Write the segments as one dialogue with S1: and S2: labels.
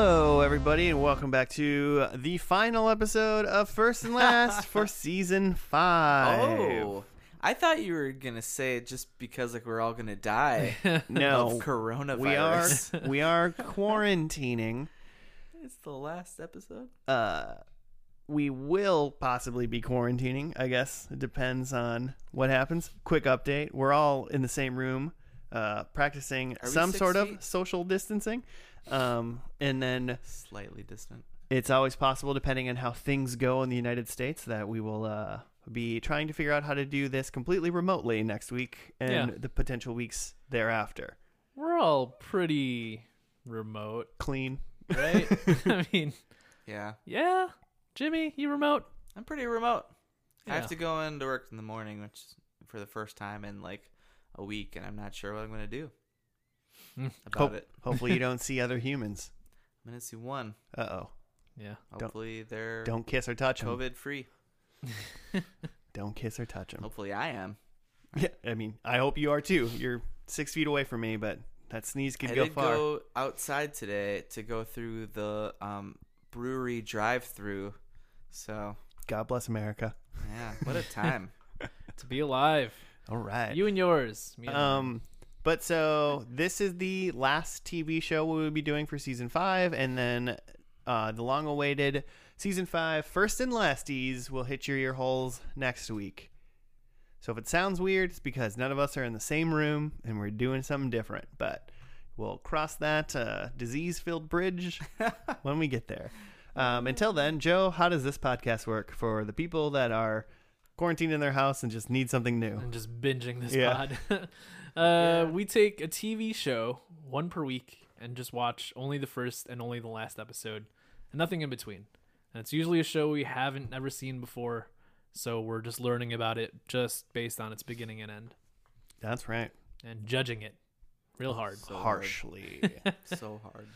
S1: everybody, and welcome back to the final episode of First and Last for season five.
S2: Oh, I thought you were gonna say it just because like we're all gonna die
S1: no,
S2: of coronavirus.
S1: we are we are quarantining.
S2: It's the last episode.
S1: Uh, we will possibly be quarantining. I guess it depends on what happens. Quick update: We're all in the same room, uh, practicing
S2: we
S1: some
S2: six
S1: sort
S2: feet?
S1: of social distancing, um, and then
S2: Slightly distant.
S1: it's always possible, depending on how things go in the United States, that we will uh, be trying to figure out how to do this completely remotely next week and
S3: Yeah.
S1: the potential weeks thereafter.
S3: We're all pretty remote,
S1: Clean.
S3: right? I mean,
S2: Yeah,
S3: yeah. Jimmy, you remote?
S2: I'm pretty remote. I
S3: Yeah.
S2: have to go into work in the morning, which is for the first time in like a week, and I'm not sure what I'm gonna do
S3: Mm.
S2: about
S1: Hope-
S2: it.
S1: Hopefully, you don't see other humans.
S2: I'm gonna see one.
S1: Uh oh.
S3: Yeah.
S2: Hopefully they're
S1: Don't kiss or touch 'em.
S2: COVID free.
S1: Don't kiss or touch him.
S2: Hopefully I am.
S1: Yeah, I mean, I hope you are too. You're six feet away from me, but that sneeze could
S2: I
S1: go
S2: did
S1: far.
S2: go outside today to go through the um, brewery drive-through. So
S1: God bless America.
S2: yeah, what a time.
S3: To be alive.
S1: All right.
S3: You and yours. Me and mine.
S1: Um, but so this is the last TV show we will be doing for season five, and then uh, the long-awaited season five first and lasties will hit your ear holes next week. So if it sounds weird, it's because none of us are in the same room and we're doing something different. But we'll cross that uh, disease-filled bridge when we get there. Um, until then, Joe, how does this podcast work for the people that are quarantined in their house and just need something new?
S3: I'm just binging this
S1: Yeah.
S3: pod. uh, We take a TV show, one per week, and just watch only the first and only the last episode, and nothing in between. And it's usually a show we haven't ever seen before, so we're just learning about it just based on its beginning and end,
S1: That's right.
S3: and judging it real hard.
S2: So
S1: harshly.
S2: hard. So hard.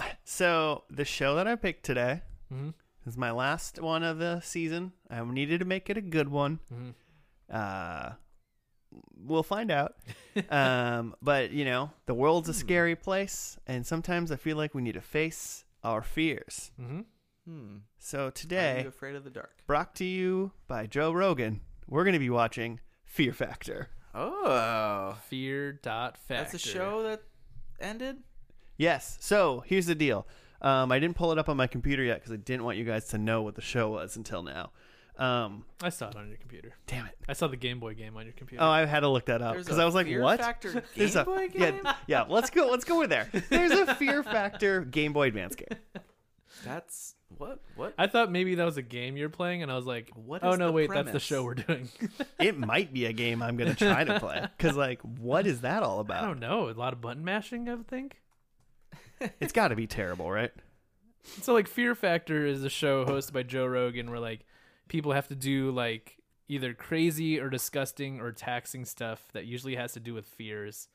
S1: um, so the show that I picked today
S3: Mhm.
S1: is my last one of the season. I needed to make it a good one.
S3: Mhm.
S1: Uh, we'll find out. um, but you know, the world's a scary place, and sometimes I feel like we need to face our fears.
S3: hmm
S2: Hmm.
S1: So
S2: Are you
S1: today,
S2: afraid of the dark?
S1: brought to you by Joe Rogan, we're going to be watching Fear Factor.
S2: Oh,
S3: Fear dot factor.
S2: that's a show that ended.
S1: Yes. So here's the deal. Um, I didn't pull it up on my computer yet because I didn't want you guys to know what the show was until now. Um,
S3: I saw it on your computer.
S1: damn it.
S3: I saw the Game Boy game on your computer.
S1: Oh, I had to look that up
S2: There's
S1: because
S2: a
S1: I was like,
S2: Fear
S1: "What?"
S2: Factor Game
S1: There's a-
S2: Boy game?
S1: Yeah, yeah. Let's go. Let's go in there. There's a Fear Factor Game Boy Advance game.
S2: That's what? What?
S3: I thought maybe that was a game you're playing, and I was like,
S2: What
S3: oh
S2: is
S3: no,
S2: the
S3: wait, that's the
S2: premise?"
S3: show we're doing.
S1: It might be a game I'm gonna try to play because, like, what is that all
S3: I
S1: about?
S3: don't know. A lot of button mashing, I would think.
S1: It's got to be terrible, right?
S3: So like Fear Factor is a show hosted by Joe Rogan where like people have to do like either crazy or disgusting or taxing stuff that usually has to do with fears.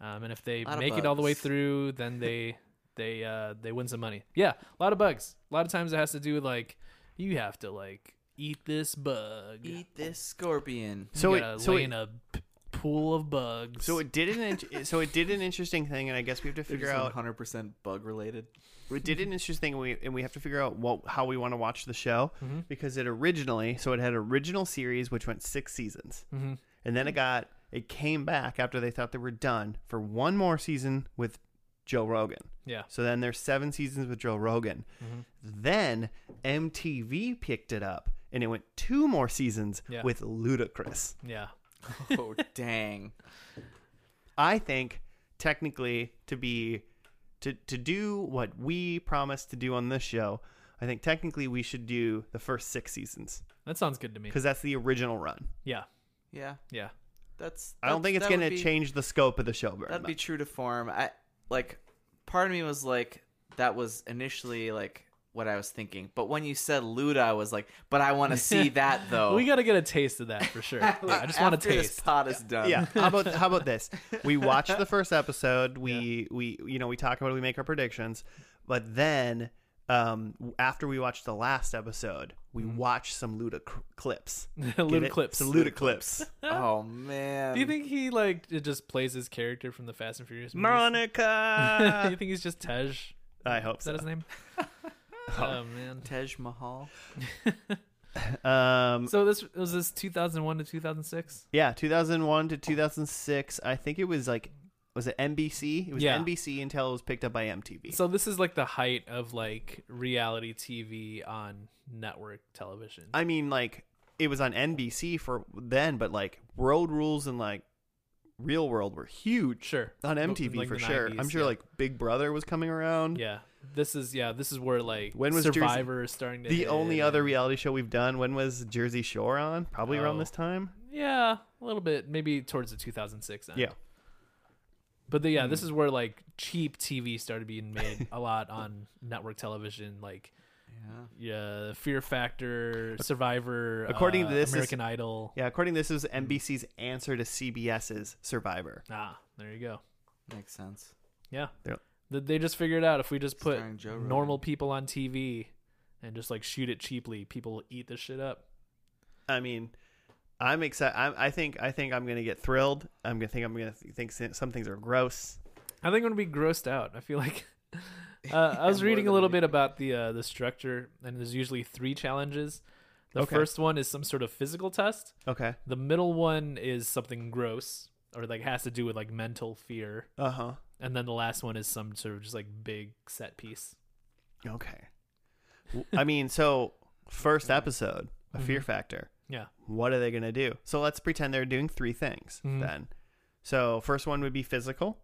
S3: Um, and if they
S2: Lot of
S3: make it all the way
S2: bugs.
S3: through, then they they uh, they win some money. Yeah, a lot of bugs. A lot of times it has to do with like you have to like eat this bug.
S2: Eat this scorpion.
S3: You
S1: So
S3: gotta
S1: it, so
S3: lay
S1: it,
S3: in a p- pool of bugs.
S1: so it did an int- so it did an interesting thing, and I guess we have to figure out
S2: 100 percent bug related.
S1: we did an interesting thing and we, and we have to figure out what how we want to watch the show because it originally so it had an original series which went six seasons
S3: Mhm.
S1: and then it got it came back after they thought they were done for one more season with joe rogan
S3: yeah.
S1: so then there's seven seasons with joe rogan then mtv picked it up and it went two more seasons
S3: Yeah.
S1: with ludacris
S3: Yeah.
S2: Oh dang!
S1: I think technically to be to to do what we promised to do on this show, I think technically we should do the first six seasons
S3: That sounds good to me.
S1: because that's the original run.
S3: Yeah.
S2: Yeah,
S3: Yeah.
S2: that's.
S1: I don't
S2: that's-
S1: think it's
S2: that would
S1: going to
S2: be-
S1: change the scope of the show very
S2: That'd be
S1: much.
S2: true to form. I like. Part of me was like, that was initially like what I was thinking, but when you said Luda, I was like, but I want to see that though.
S1: Oh.
S3: We got to get a taste of that for sure. Yeah, I just want a
S2: After This
S3: taste.
S2: pot is done.
S1: yeah. How about how about this? We watch the first episode. We we you know we talk about it, we make our predictions, but then um after we watch the last episode, we watch some Luda cl- clips. Get
S3: Little
S1: it?
S3: clips.
S1: Some Luda clips.
S2: Oh man.
S3: Do you think he like it just plays his character from the Fast and Furious? movies?
S1: Monica.
S3: you think he's just Tej?
S1: I hope
S3: Is that
S1: so.
S3: his name? oh man.
S2: Tej Mahal.
S1: Um,
S3: So this was this 2001 to 2006.
S1: yeah, 2001 to 2006. I think it was like, was it NBC? It was
S3: Yeah.
S1: NBC until it was picked up by MTV.
S3: So this is like the height of like reality TV on network television.
S1: I mean, like it was on NBC for then, but like World Rules and like Real World were huge
S3: sure.
S1: on
S3: Like
S1: MTV
S3: the
S1: for sure.
S3: 90s,
S1: I'm sure
S3: yeah.
S1: like Big Brother was coming around.
S3: Yeah. This is yeah, this is where like
S1: When was Jersey-
S3: Survivor is starting to
S1: The
S3: hit
S1: only
S3: and-
S1: other reality show we've done, when was Jersey Shore on? Probably around
S3: Oh.
S1: this time.
S3: Yeah, a little bit maybe towards the 2006 end.
S1: Yeah. Hmm.
S3: But the, yeah, this is where like cheap TV started being made a lot on network television like
S2: Yeah.
S3: yeah, Fear Factor, Survivor,
S1: According
S3: uh,
S1: to this, is-
S3: American Idol.
S1: Yeah, according to this, is NBC's answer to CBS's Survivor.
S3: Ah, there you go.
S2: Makes sense.
S3: Yeah.
S1: Yep.
S3: Th- They just figured out if we just put
S2: Starring Joe Rogan.
S3: normal people on TV and just like shoot it cheaply, people will eat this shit up.
S1: I mean, I'm excited. I think I think I'm gonna get thrilled. I'm gonna think I'm gonna th- think s- some things are gross.
S3: I think I'm gonna be grossed out. I feel like uh, I was
S2: More
S3: reading a
S2: than
S3: little
S2: we
S3: bit about the uh, the structure, and there's usually three challenges. The
S1: Okay.
S3: first one is some sort of physical test.
S1: Okay.
S3: The middle one is something gross or like has to do with like mental fear,
S1: Uh huh.
S3: and then the last one is some sort of just like big set piece.
S1: Okay. W- I mean, so first episode, a Fear Factor.
S3: Yeah.
S1: What are they gonna do? So let's pretend they're doing three things
S3: Mhm.
S1: then. So first one would be physical.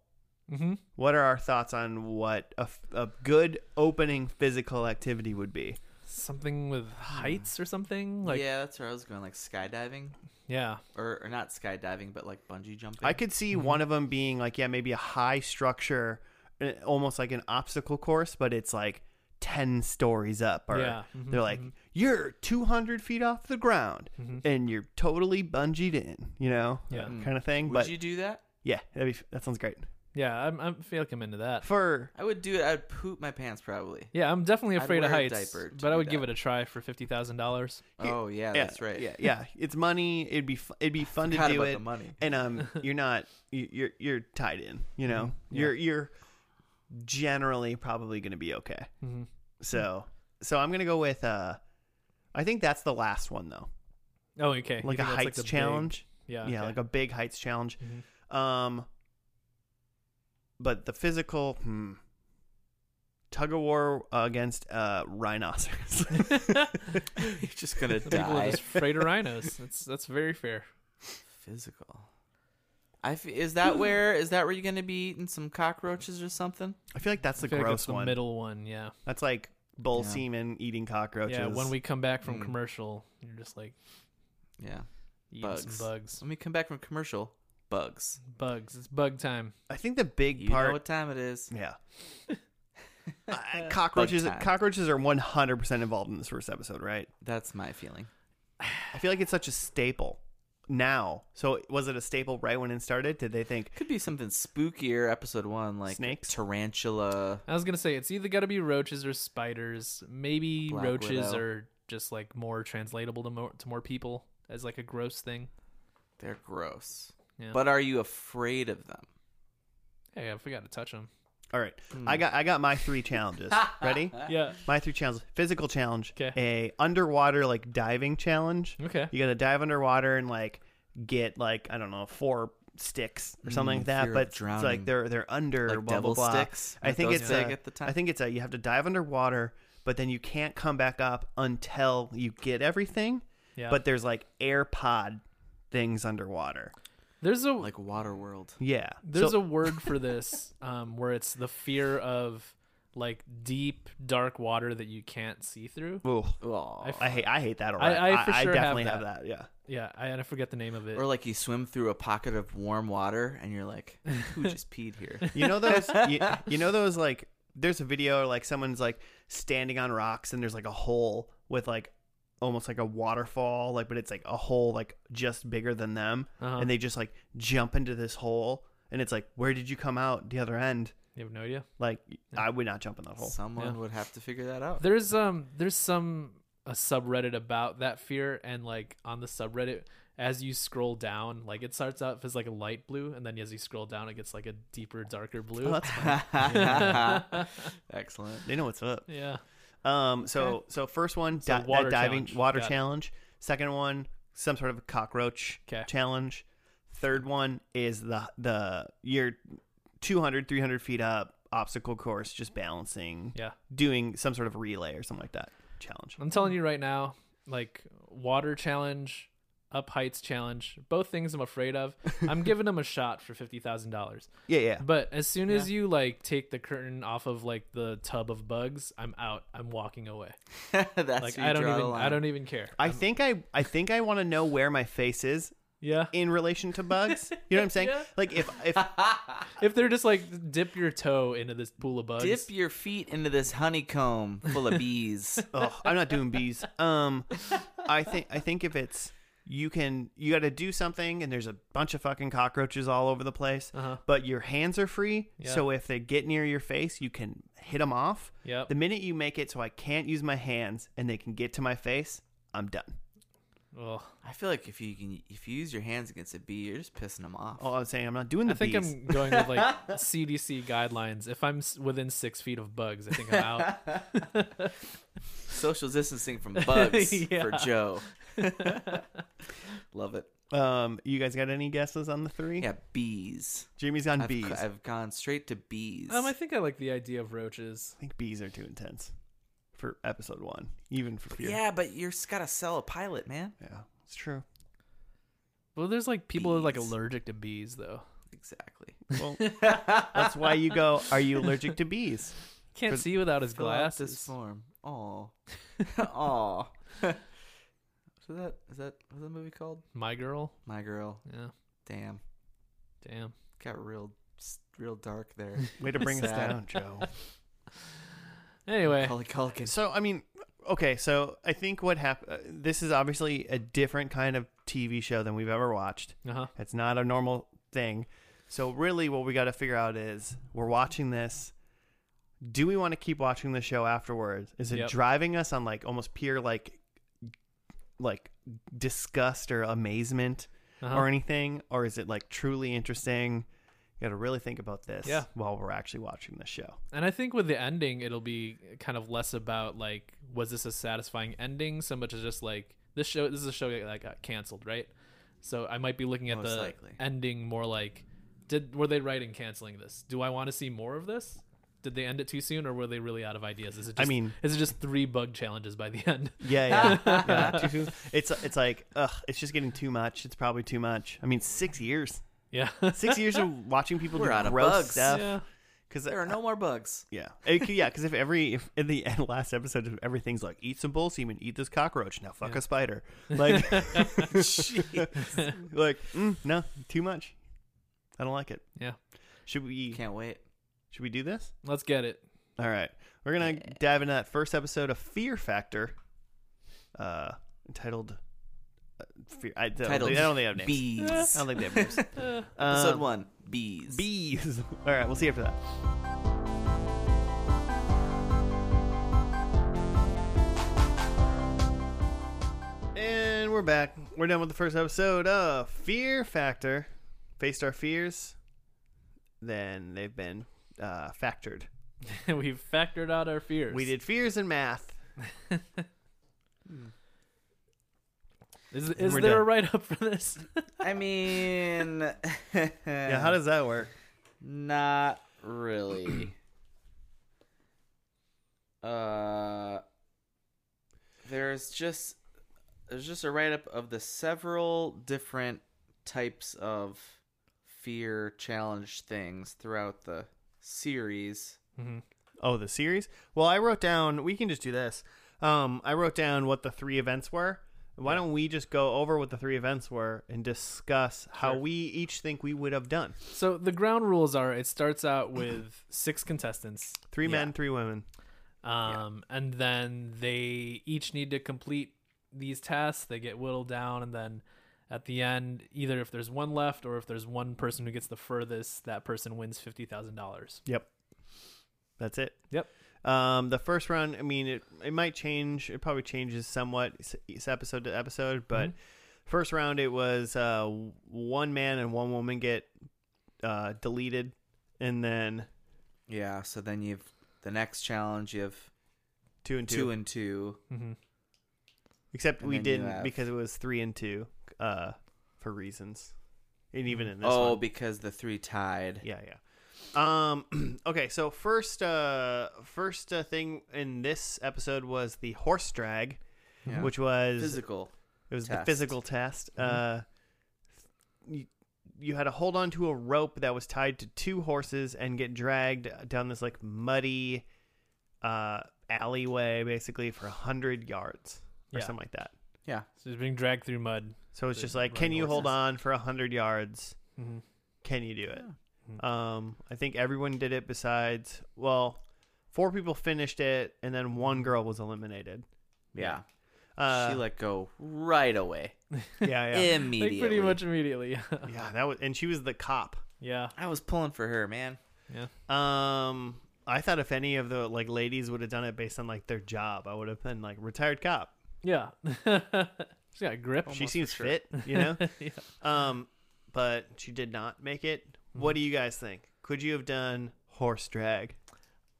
S3: Mm-hmm.
S1: What are our thoughts on what a, f- a good opening physical activity would be?
S3: Something with heights or something like yeah,
S2: yeah, that's where I was going. Like skydiving, or, or not skydiving, but like bungee jumping.
S1: I could
S3: Mm-hmm.
S1: see one of them being like, yeah, maybe a high structure, uh, almost like an obstacle course, but it's like 10 stories up. Or
S3: Yeah. Mhm,
S1: they're like, you're 200 feet off the ground and you're totally bungeed in, you know,
S3: Mm-hmm. Yeah.
S1: kind of thing.
S2: Mm. Would
S1: but
S2: you do that?
S1: yeah, that'd be, that sounds great.
S3: yeah. I'm, I'm I feel like I'm into that.
S1: For,
S2: I would do it. I'd poop my pants probably.
S3: Yeah, I'm definitely
S2: I'd
S3: afraid of
S2: wear a
S3: heights,
S2: diaper to
S3: but I
S2: do
S3: would give
S2: that.
S3: it a try for fifty thousand dollars.
S2: Oh yeah,
S1: yeah,
S2: that's right.
S1: Yeah, yeah, it's money. It'd be fu- it'd be fun to
S2: Forgot
S1: do
S2: about
S1: it.
S2: the money.
S1: and um, you're not you- you're you're tied in. You know,
S3: Mm-hmm.
S1: you're you're generally probably going to be okay.
S3: Mhm.
S1: So so I'm going to go with uh, I think that's the last one though,
S3: Oh, okay. You
S1: like a
S3: think that's,
S1: heights
S3: the big-
S1: challenge.
S3: yeah,
S1: Yeah,
S3: okay. Mm-hmm.
S1: like a big heights challenge. Um, but the physical hmm, tug of war uh, against uh rhinoceros.
S2: You're just gonna
S3: The people are
S2: die.
S3: just afraid of rhinos. That's that's very fair.
S2: Physical. I f- is that where is that where you're gonna be eating some cockroaches or something?
S1: I feel like that's the
S3: I feel like
S1: gross
S3: that's the
S1: one.
S3: middle one. Yeah,
S1: That's like bull
S2: Yeah.
S1: semen eating cockroaches.
S3: yeah. When we come back from
S2: Mm.
S3: commercial, you're just like
S2: Yeah.
S3: eating
S2: Bugs.
S3: some bugs.
S2: Let me come back from commercial. Bugs.
S3: Bugs. It's bug time.
S1: I think the big
S2: You
S1: part
S2: know what time it is.
S1: Yeah. Uh, cockroaches
S2: Bug time.
S1: cockroaches are 100% involved in this first episode, right?
S2: That's my feeling.
S1: I feel like it's such a staple now. So was it a staple right when it started? Did they think
S2: Could be something spookier. Episode one, like
S1: Snakes?
S2: tarantula.
S3: I was gonna say it's either got to be roaches or spiders. Maybe
S2: Black
S3: roaches
S2: widow.
S3: are just like more translatable to more to more people as like a gross thing.
S2: They're gross.
S3: Yeah.
S2: But are you afraid of them?
S3: Hey, I forgot to touch them.
S1: All right. I
S2: Hmm.
S1: got I got my three challenges. Ready?
S2: Ah.
S3: Yeah.
S1: My three challenges. Physical challenge,
S3: 'Kay.
S1: a underwater like diving challenge.
S3: Okay.
S1: You got to dive underwater and like get like I don't know, four sticks or something like that,
S2: Hmm, fear
S1: but
S2: of
S1: it's
S2: drowning.
S1: like they're they're under
S2: Like
S1: blah blah
S2: devil
S1: blah.
S2: sticks?
S1: I
S2: Weren't
S1: think
S2: those
S1: it's
S2: big
S1: a-
S2: at the time?
S1: I think it's a you have to dive underwater, but then you can't come back up until you get everything.
S3: Yeah.
S1: But there's like air pod things underwater.
S3: There's a
S2: Like Waterworld.
S1: Yeah.
S3: there's a word for this um, where it's the fear of like deep dark water that you can't see through.
S1: a ooh,
S2: Oh.
S3: I f-
S1: I hate I hate that already.
S3: I- I for sure have
S1: definitely have
S3: that.
S1: that. Yeah.
S3: Yeah, I, and I forget the name of it.
S2: Or like you swim through a pocket of warm water and you're like, who just peed here?
S1: You know those. you, you know those like. There's a video like someone's like standing on rocks and there's like a hole with like almost like a waterfall like but it's like a hole like just bigger than them
S3: Uh-huh.
S1: and they just like jump into this hole and it's like where did you come out the other end
S3: you have no idea.
S1: like I would not jump in that hole
S2: Someone
S3: Yeah.
S2: would have to figure that out.
S3: There's um there's some a subreddit about that fear and like on the subreddit as you scroll down, like it starts out as like a light blue, and then as you scroll down, it gets like a deeper, darker blue.
S1: Oh, that's fine.
S2: Excellent.
S1: they know what's up.
S3: yeah.
S1: Um, so so first one,
S3: So
S1: di-
S3: water
S1: that diving
S3: challenge.
S1: water
S3: Got it.
S1: challenge. Second one, some sort of cockroach
S3: 'Kay.
S1: challenge. Third one is the the your 200, 300 feet up obstacle course, just balancing,
S3: Yeah. Mm.
S1: doing some sort of relay or something like that challenge.
S3: I'm telling you right now, like water challenge, up heights challenge, both things I'm afraid of. I'm giving them a shot for fifty thousand dollars.
S1: Yeah, yeah.
S3: But as soon as you like take the curtain off of like the tub of bugs, I'm out. I'm walking away.
S2: That's
S3: Like
S2: where you
S3: I don't
S2: draw the
S3: even I
S2: line.
S3: don't even care.
S1: I think I I think I want to know where my face is
S3: Yeah.
S1: in relation to bugs. You know what I'm saying?
S3: Yeah.
S1: Like if if
S3: If they're just like dip your toe into this pool of bugs.
S2: Dip your feet into this honeycomb full of bees.
S1: Ugh, I'm not doing bees. Um, I think I think if it's you can you got to do something, and there's a bunch of fucking cockroaches all over the place.
S3: Uh-huh.
S1: But your hands are free,
S3: Yeah.
S1: so if they get near your face, you can hit them off.
S3: Yep.
S1: The minute you make it so I can't use my hands and they can get to my face, I'm done.
S3: Well,
S2: I feel like if you can, if you use your hands against a bee, you're just pissing them off.
S1: Oh, I was saying I'm not doing the
S3: I think
S1: bees.
S3: I'm going with like CDC guidelines. If I'm s- within six feet of bugs, I think I'm out.
S2: Social distancing from bugs
S3: Yeah.
S2: for Joe. Love it.
S1: um, you guys got any guesses on the three?
S2: Yeah, bees.
S1: Jimmy's on
S2: I've,
S1: bees. I
S2: I've gone straight to bees.
S3: Um, I think I like the idea of roaches.
S1: think bees are too intense for episode one, even for fear.
S2: yeah, but you're just gotta sell a pilot, man.
S1: yeah, it's true.
S3: Well, there's like people that are like
S2: Bees.
S3: allergic to bees, though.
S2: Exactly.
S1: Well, that's why you go. Are you allergic to bees?
S3: Can't
S1: For-
S3: see without his
S2: Fill out This
S3: glasses.
S2: form. Aw. Aw. So that is that what's that movie called?
S3: My girl.
S2: My girl.
S3: Yeah.
S2: Damn.
S3: Damn.
S2: Got real s- real dark there.
S1: Way to bring us
S2: Sad.
S1: down, Joe.
S3: Anyway,
S2: Macaulay Culkin.
S1: So, I mean, okay, so I think what happened, this is obviously a different kind of TV show than we've ever watched.
S3: uh-huh.
S1: It's not a normal thing. So, really, what we got to figure out is we're watching this. Do we want to keep watching the show afterwards? Is it
S3: Yep.
S1: driving us on like almost pure like like disgust or amazement
S3: Uh-huh.
S1: or anything, or is it like truly interesting? You got to really think about this
S3: Yeah.
S1: while we're actually watching the show.
S3: And I think with the ending, it'll be kind of less about like, was this a satisfying ending, so much as just like this show. This is a show that like, got canceled, right? So I might be looking at
S2: Most
S3: the
S2: likely.
S3: ending more like, did were they right in canceling this? Do I want to see more of this? Did they end it too soon, or were they really out of ideas? Is it
S1: I
S3: just,
S1: mean-
S3: is it just three bug challenges by the end?
S1: Yeah, yeah. yeah too soon. It's it's like, ugh, it's just getting too much. It's probably too much. I mean, six years,
S3: yeah,
S1: six years of watching people
S2: We're
S1: do
S2: out of
S1: gross
S2: bugs.
S1: stuff.
S3: yeah,
S1: Because
S2: There are no more bugs.
S1: yeah, It could- yeah. Because if every if in the end, last episode, if everything's like, eat some bull semen, eat this cockroach, now fuck a spider, like, like, mm, no, too much. I don't like it.
S3: yeah.
S1: Should we
S2: Can't wait.
S1: should we do this?
S3: Let's get it.
S1: All right. We're going to dive into that first episode of Fear Factor, uh, entitled. Uh, fear, I, don't,
S2: Titled
S1: think- I don't think I have names.
S2: Bees.
S1: I don't think they have names. Um,
S2: Episode one. Bees.
S1: Bees. All right. We'll see you after that. And we're back. We're done with the first episode of Fear Factor. Faced our fears, then they've been uh, factored.
S3: We've factored out our fears.
S1: We did fears and math.
S3: Is, is
S1: We're
S3: there a
S1: done.
S3: write up for this?
S2: I mean,
S1: Yeah, how does that work?
S2: Not really. uh there's just there's just a write up of the several different types of fear challenge things throughout the series.
S1: Oh, the series? Well, I wrote down, we can just do this. Um, I wrote down what the three events were. Why don't we just go over what the three events were and discuss how we each think we would have done?
S3: So the ground rules are: it starts out with six contestants,
S1: Three
S2: Yeah.
S1: men, three women.
S3: um, and then they each need to complete these tasks. They get whittled down, and then at the end, either if there's one left or if there's one person who gets the furthest, that person wins fifty thousand dollars.
S1: Yep. That's it.
S3: Yep.
S1: Um, the first run, I mean, it, it might change. It probably changes somewhat s- episode to episode, but First round, it was uh, one man and one woman get uh, deleted, and then
S2: Yeah. So then you've the next challenge. You have
S1: two and two.
S2: two and two.
S3: hmm
S1: Except
S2: and
S1: we
S2: then you
S1: didn't
S2: have-
S1: because it was three and two uh, for reasons, and even in this
S2: Oh,
S1: one.
S2: because the three tied.
S1: Yeah, yeah. Um okay, so first uh first uh, thing in this episode was the horse drag,
S2: Yeah.
S1: which was
S2: Physical.
S1: it was the
S2: test. Mm-hmm.
S1: physical test. Uh you, you had to hold on to a rope that was tied to two horses and get dragged down this like muddy uh alleyway basically for 100 yards or
S3: Yeah.
S1: something like that.
S2: Yeah.
S3: So he's being dragged through mud.
S1: So it's
S3: They
S1: just like
S3: run
S1: can you hold
S2: horses.
S1: on for 100 yards?
S3: hmm
S1: can you do it? Um, I think everyone did it besides, well, four people finished it, and then one girl was eliminated.
S2: Yeah.
S1: Uh,
S2: she let go right away.
S1: yeah, yeah,
S2: Immediately.
S3: Like pretty much immediately.
S1: yeah. That was, and she was the cop.
S3: yeah.
S2: I was pulling for her, man.
S1: Um, I thought if any of the like ladies would have done it based on like their job, I would have been like retired cop.
S3: Yeah. She's got a grip.
S1: she
S2: Almost for
S1: seems
S2: sure.
S1: fit, you know.
S3: yeah.
S1: um, but she did not make it. What do you guys think? Could you have done horse drag?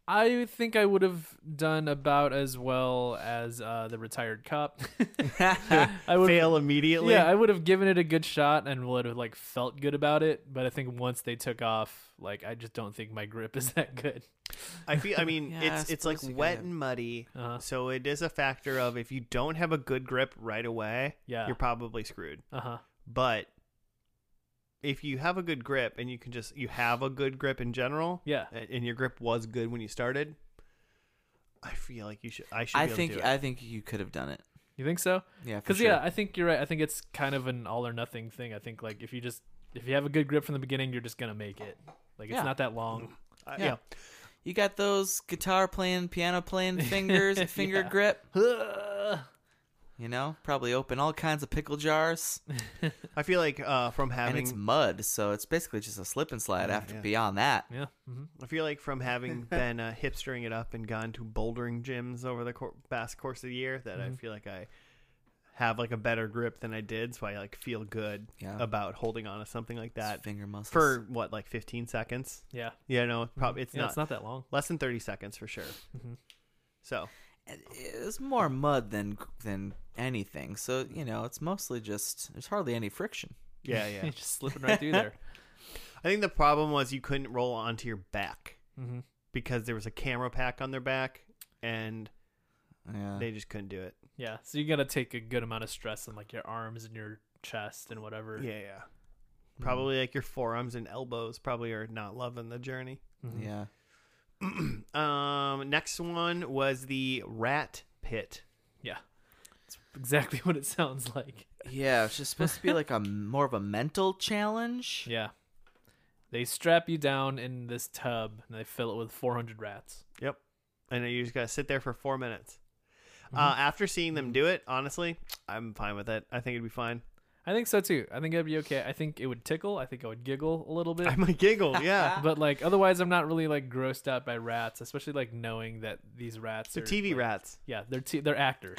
S3: I think I would have done about as well as uh, the retired cop. I would
S1: Fail immediately.
S3: Yeah, I would have given it a good shot and would have like felt good about it, but I think once they took off, like I just don't think my grip is that good.
S1: I feel. I mean,
S2: Yeah, I
S1: it's it's like
S2: suppose you could
S1: wet
S2: have-
S1: and muddy,
S3: Uh-huh.
S1: so it is a factor of if you don't have a good grip right away,
S3: Yeah.
S1: you're probably screwed.
S3: Uh-huh.
S1: But if you have a good grip and you can just you have a good grip in general,
S3: Yeah.
S1: a- and your grip was good when you started, I feel like you should. I should.
S2: I
S1: be able
S2: think
S1: To do it.
S2: I think you could have done it.
S3: You think so?
S2: Yeah,
S3: Cuz yeah, I think you're right. I think it's kind of an all or nothing thing. I think like if you just if you have a good grip from the beginning, you're just going to make it. Like it's
S2: Yeah.
S3: not that long.
S1: I-
S2: yeah. You got those guitar playing, piano playing fingers, finger
S3: Yeah.
S2: grip.
S3: Ugh.
S2: You know, probably open all kinds of pickle jars,
S1: I feel like uh, from
S2: and
S1: having
S2: it's mud, so it's basically just a slip and slide. after
S1: yeah.
S2: beyond that,
S3: yeah. hmm
S1: I feel like from having been uh, hipstering it up and gone to bouldering gyms over the cor- past course of the year, that
S2: Mm-hmm.
S1: I feel like I have like a better grip than I did, so I like feel good
S2: Yeah.
S1: about holding on to something like
S2: that
S1: that
S2: finger muscles.
S1: for what like 15 seconds.
S3: Yeah.
S1: Yeah, no, probably Uh, it's
S3: yeah,
S1: not
S3: it's not that long.
S1: less than 30 seconds for sure. So
S2: it's more mud than than anything. So you know, it's mostly just there's hardly any friction.
S1: yeah, yeah.
S3: just slipping right through there.
S1: I think the problem was you couldn't roll onto your back
S3: Mm-hmm.
S1: because there was a camera pack on their back and
S2: Yeah,
S1: they just couldn't do it.
S3: Yeah, so you gotta take a good amount of stress on like your arms and your chest and whatever.
S1: Yeah, yeah. Probably like your forearms and elbows probably are not loving the journey.
S3: Mhm.
S2: yeah.
S1: Um, next one was the rat pit.
S3: yeah, it's exactly what it sounds like.
S2: Yeah, it's just supposed to be like a more of a mental challenge.
S3: Yeah, they strap you down in this tub and they fill it with 400 rats.
S1: Yep. And you just gotta sit there for four minutes. Uh,
S3: Mm-hmm.
S1: after seeing them do it, honestly, I'm fine with it. I think it'd be fine.
S3: I think so too. I think it'd be okay. I think it would tickle. I think I would giggle a little bit.
S1: I might giggle. Yeah.
S3: but like otherwise, I'm not really like grossed out by rats, especially like knowing that these rats
S1: They're
S3: are
S1: TV
S3: like-
S1: rats.
S3: Yeah, they're t- they're actors.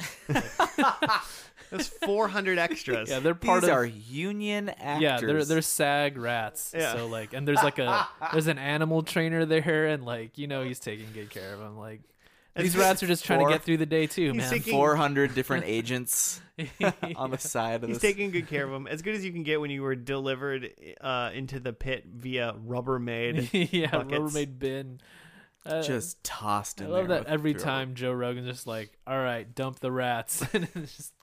S1: There's 400 extras.
S3: Yeah, they're part
S2: These
S3: of
S2: are union actors.
S3: Yeah, they're they're sag rats.
S1: Yeah.
S3: So like, and there's like a there's an animal trainer there, and like you know he's taking good care of them. Like these
S1: he's-
S3: rats are just trying
S2: Or-
S3: to get through the day too, man.
S1: taking-
S2: 400 different agents on the side of
S1: He's
S2: this.
S1: taking good care of them, as good as you can get when you were delivered uh, into the pit via Rubbermaid.
S3: yeah,
S1: buckets.
S3: Rubbermaid bin. Uh,
S2: just tossed
S3: I
S2: in
S3: love
S2: there
S3: that
S2: with-
S3: every
S2: through.
S3: time Joe Rogan's just like, all right, dump the rats, and it's just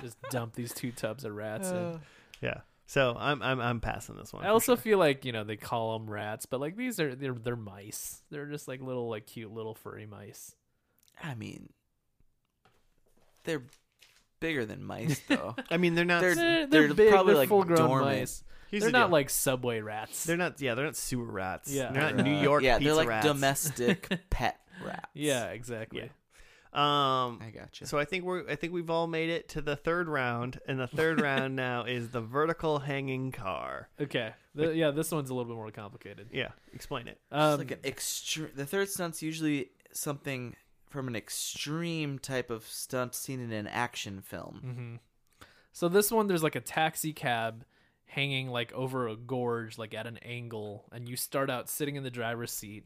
S3: just dump these two tubs of rats.
S2: Uh,
S3: in.
S1: yeah. So I'm I'm I'm passing this one.
S3: I
S1: for
S3: also feel like you know they call them rats, but like these are they're they're mice. They're just like little like cute little furry mice.
S2: I mean, they're bigger than mice,
S1: sure.
S2: though.
S1: I mean, they're not.
S2: They're-
S1: They're,
S3: They're, they're, big.
S2: probably,
S3: they're
S2: like,
S3: full grown
S2: dormant.
S3: mice. they're not like subway rats.
S1: They're not. Yeah, they're not sewer rats.
S3: Yeah.
S1: They're
S2: Uh,
S1: not New York.
S2: Yeah,
S1: pizza
S2: they're like
S1: rats.
S2: domestic pet rats.
S3: yeah, exactly.
S1: Yeah. Um,
S2: I gotcha.
S1: So I think we're I think we've all made it to the third round, and the third round now is the vertical hanging car.
S3: Okay. Th- yeah, this one's a little bit more complicated.
S1: Yeah, explain it.
S2: It's
S3: Um,
S2: like an extreme. The third stunt's usually something
S1: Mm-hmm.
S2: from an extreme type of stunt seen in an action film.
S3: mhm. So this one, there's like a taxi cab hanging like over a gorge, like at an angle, and you start out sitting in the driver's seat,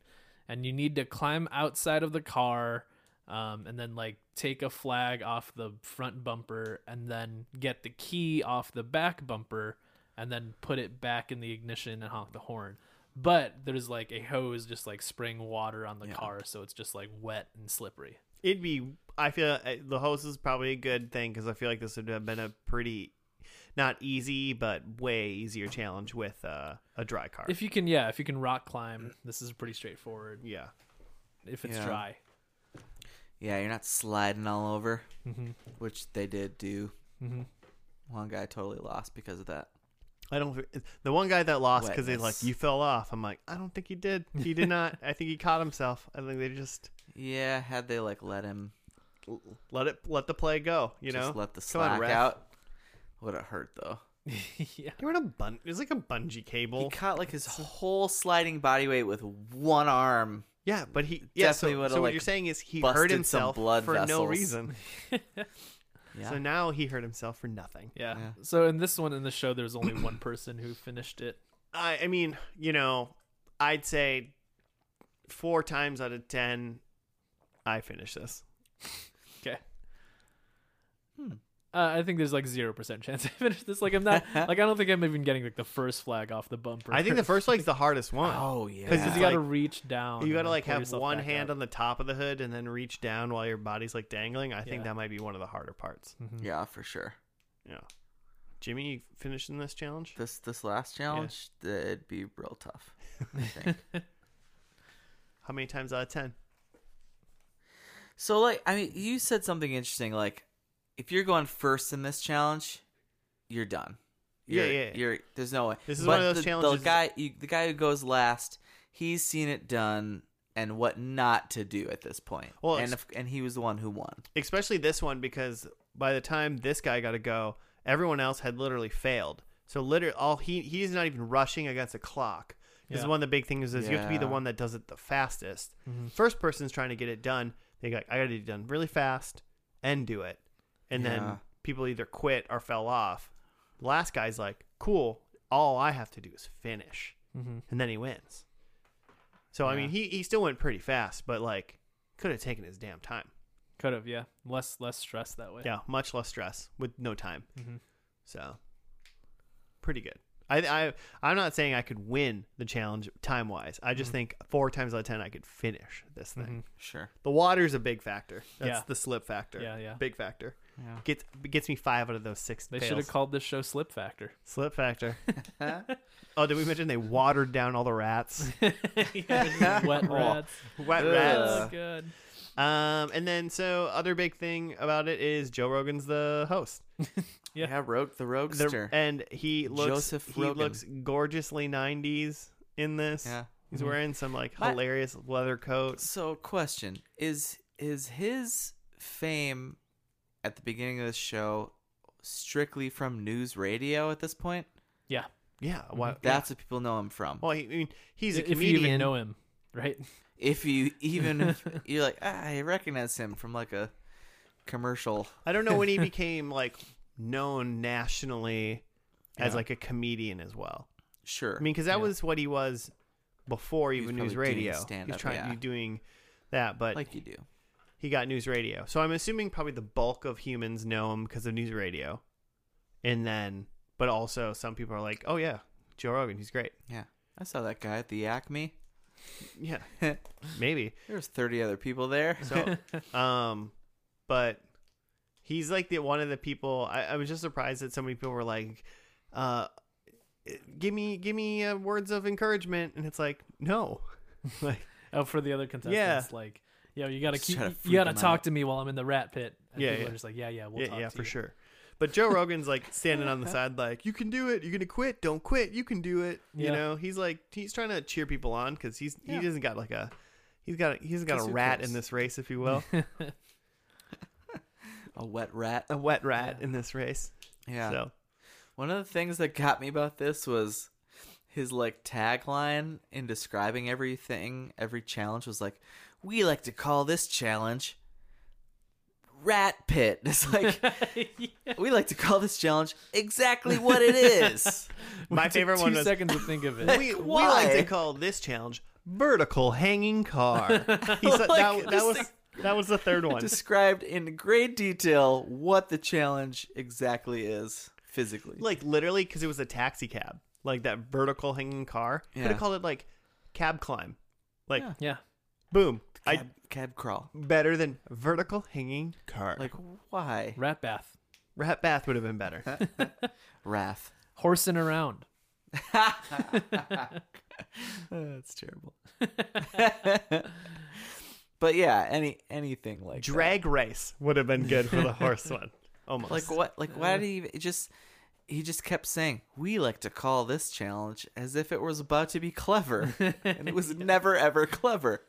S3: and you need to climb outside of the car, um, and then like take a flag off the front bumper, and then get the key off the back bumper, and then put it back in the ignition and honk the horn. But there's like a hose just like spraying water on the car, so it's just like wet and slippery.
S1: It'd be. I feel uh, the hose is probably a good thing because I feel like this would have been a pretty, not easy, but way easier challenge with uh, a dry car.
S3: If you can, yeah, if you can rock climb, this is pretty straightforward.
S1: yeah.
S3: If it's
S2: Yeah.
S3: dry,
S2: Yeah, you're not sliding all over,
S1: Mm-hmm.
S2: which they did do. One guy totally lost because of that.
S1: I don't. The one guy that lost because they like
S2: Wetness.
S1: you fell off. I'm like, I don't think he did. He did not. I think he caught himself. I think they just
S2: Yeah, had they like let him,
S1: let it let the play go. You
S2: just
S1: know,
S2: let the
S1: Come on,
S2: slack
S1: ref.
S2: out, would have hurt though.
S3: yeah.
S1: You were in a bun. It was like a bungee cable.
S2: He caught like his whole sliding body weight with one arm.
S1: yeah, but he. Yeah. So,
S2: definitely would've,
S1: so what
S2: like,
S1: you're saying is he
S2: busted
S1: hurt
S2: some
S1: himself
S2: blood
S1: for no
S2: vessels.
S1: reason.
S2: Yeah,
S1: So now he hurt himself for nothing.
S3: Yeah.
S2: Yeah.
S3: So in this one in the show, there's only one person who finished it.
S1: I, I mean, you know, I'd say four times out of ten, I finish this.
S3: Okay.
S2: Hmm.
S3: Uh, I think there's like zero percent chance I finish this. Like I'm not. like I don't think I'm even getting like the first flag off the bumper.
S1: I think the first leg's the hardest one.
S2: oh
S1: Because
S3: because
S1: it's
S2: yeah,
S3: you got to
S1: like-
S3: reach down.
S1: You
S3: and
S1: gotta
S3: then
S1: like
S3: pull
S1: have
S3: yourself
S1: one
S3: back
S1: hand
S3: up.
S1: on the top of the hood and then reach down while your body's like dangling. I
S3: Yeah.
S1: think that might be one of the harder parts.
S3: Mm-hmm.
S2: yeah, for sure.
S1: Yeah. Jimmy, you finishing this challenge?
S2: This this last challenge, it'd be real tough. I think.
S1: How many times out of ten?
S2: So like I mean you said something interesting like if you're going first in this challenge, you're done.
S1: Yeah,
S2: You're,
S1: yeah, yeah.
S2: You're there's no way.
S1: This is
S2: But
S1: one of those
S2: the,
S1: challenges-
S2: The guy you, the guy who goes last, he's seen it done and what not to do at this point.
S1: Well,
S2: and
S1: it's-
S2: if, and he was the one who won.
S1: Especially this one because by the time this guy got to go, everyone else had literally failed. So literally, all he he's not even rushing against a clock. Because
S3: Yeah.
S1: one of the big things is you have to be the
S2: Yeah. Mm-hmm.
S1: one that does it the fastest. First person's trying to get it done. They like I got to get it done really fast and do it, and
S2: Yeah.
S1: then people either quit or fell off. Last guy's like, cool. All I have to do is finish,
S3: Mm-hmm.
S1: and then he wins. So I mean, he he still went pretty fast, but like could have taken his damn time.
S3: Could have, yeah. Less less stress that way. Mm-hmm.
S1: Yeah, much less stress with no time. So pretty good. I, I I'm not saying I could win the challenge time wise. I
S3: Mm-hmm.
S1: just think four times out of ten I could finish this thing.
S2: Sure.
S1: The water's a big factor. That's
S3: Yeah.
S1: the slip factor.
S3: Yeah, yeah.
S1: Big factor.
S2: Yeah.
S1: Gets gets me five out of those six.
S3: They
S1: fails.
S3: should have called this show Slip Factor.
S1: slip factor. oh, did we mention they watered down all the rats?
S3: yeah, wet rats.
S1: Wet
S3: Oh,
S1: rats.
S3: good.
S1: Um, and then so other big thing about it is Joe Rogan's the host.
S3: Yeah.
S2: Yeah, Rogue the
S1: The-
S2: Roguester.
S1: and he looks
S2: Joseph
S1: he
S2: Rogan.
S1: looks gorgeously 90s in this.
S2: Yeah.
S1: He's
S3: Mm-hmm.
S1: wearing some like
S2: My-
S1: hilarious leather coat.
S2: So, question is is his fame at the beginning of this show strictly from news radio at this point?
S3: Yeah.
S1: Yeah,
S2: Mm-hmm.
S1: why,
S2: That's what people know him from.
S1: well, he, I mean, he's a
S3: if you
S1: comedian.
S3: even know him, right?
S2: If you even you're like ah, I recognize him from like a commercial.
S1: I don't know when he became like known nationally as like a comedian as well.
S2: Sure.
S1: I mean, because that was what he was before
S2: was
S1: even news
S2: probably doing
S1: radio. He was
S2: stand-up,
S1: trying to
S2: yeah.
S1: be doing that, but
S2: like you do.
S1: he got news radio. So I'm assuming probably the bulk of humans know him because of news radio. And then, but also some people are like, oh, yeah, Joe Rogan, he's great.
S2: Yeah. I saw that guy at the Acme.
S1: Yeah,
S2: there
S1: maybe.
S2: was 30 other people there.
S1: So, um, but he's like the one of the people. I, I was just surprised that so many people were like, uh, give me, give me uh, words of encouragement. And it's like, no. like,
S3: Oh, for the other contestants, like, yo, you gotta
S2: Just
S3: keep,
S2: try to
S3: you
S2: freak
S3: gotta
S2: 'em
S3: talk
S2: out.
S3: to me while I'm in the rat pit. And
S1: Yeah,
S3: people
S1: yeah.
S3: are just like, yeah, yeah, we'll
S1: yeah,
S3: talk
S1: yeah,
S3: to
S1: for
S3: you.
S1: sure. But Joe Rogan's like standing on the side, like, you can do it. You're going to quit. Don't quit. You can do it. You
S3: Yeah.
S1: know, he's like, he's trying to cheer people on because he's,
S2: Yeah.
S1: he doesn't got like a, he's got, a, he's got a
S2: Because who
S1: rat
S2: cares?
S1: in this race, if you will,
S2: A wet rat.
S1: a wet rat in this race.
S2: Yeah.
S1: Oh, So
S2: One of the things that got me about this was his like tagline in describing everything, every challenge was like, "We like to call this challenge rat pit. It's like we like to call this challenge exactly what it is.
S1: My favorite
S3: two
S1: one was
S3: seconds to think of it.
S1: we, we
S2: Why?
S1: like to call this challenge vertical hanging car. He said that,
S2: Like,
S1: that was
S2: just
S1: that was the third one.
S2: Described in great detail what the challenge exactly is physically.
S1: like literally because it was a taxi cab, like that vertical hanging car. Could
S2: Yeah.
S1: have called it like cab climb, like
S2: Yeah.
S3: yeah.
S1: boom. I
S2: cab, cab crawl.
S1: better than vertical hanging car. Like
S2: Like why?
S3: Rat bath.
S1: rat bath would have been better.
S2: Wrath.
S3: Horsing around.
S2: That's terrible. but yeah, any anything like that.
S1: Drag race would have been good for the horse one. Almost.
S2: Like what? Like why did he it just? He just kept saying, "We like to call this challenge as if it was about to be clever, and it was never ever clever."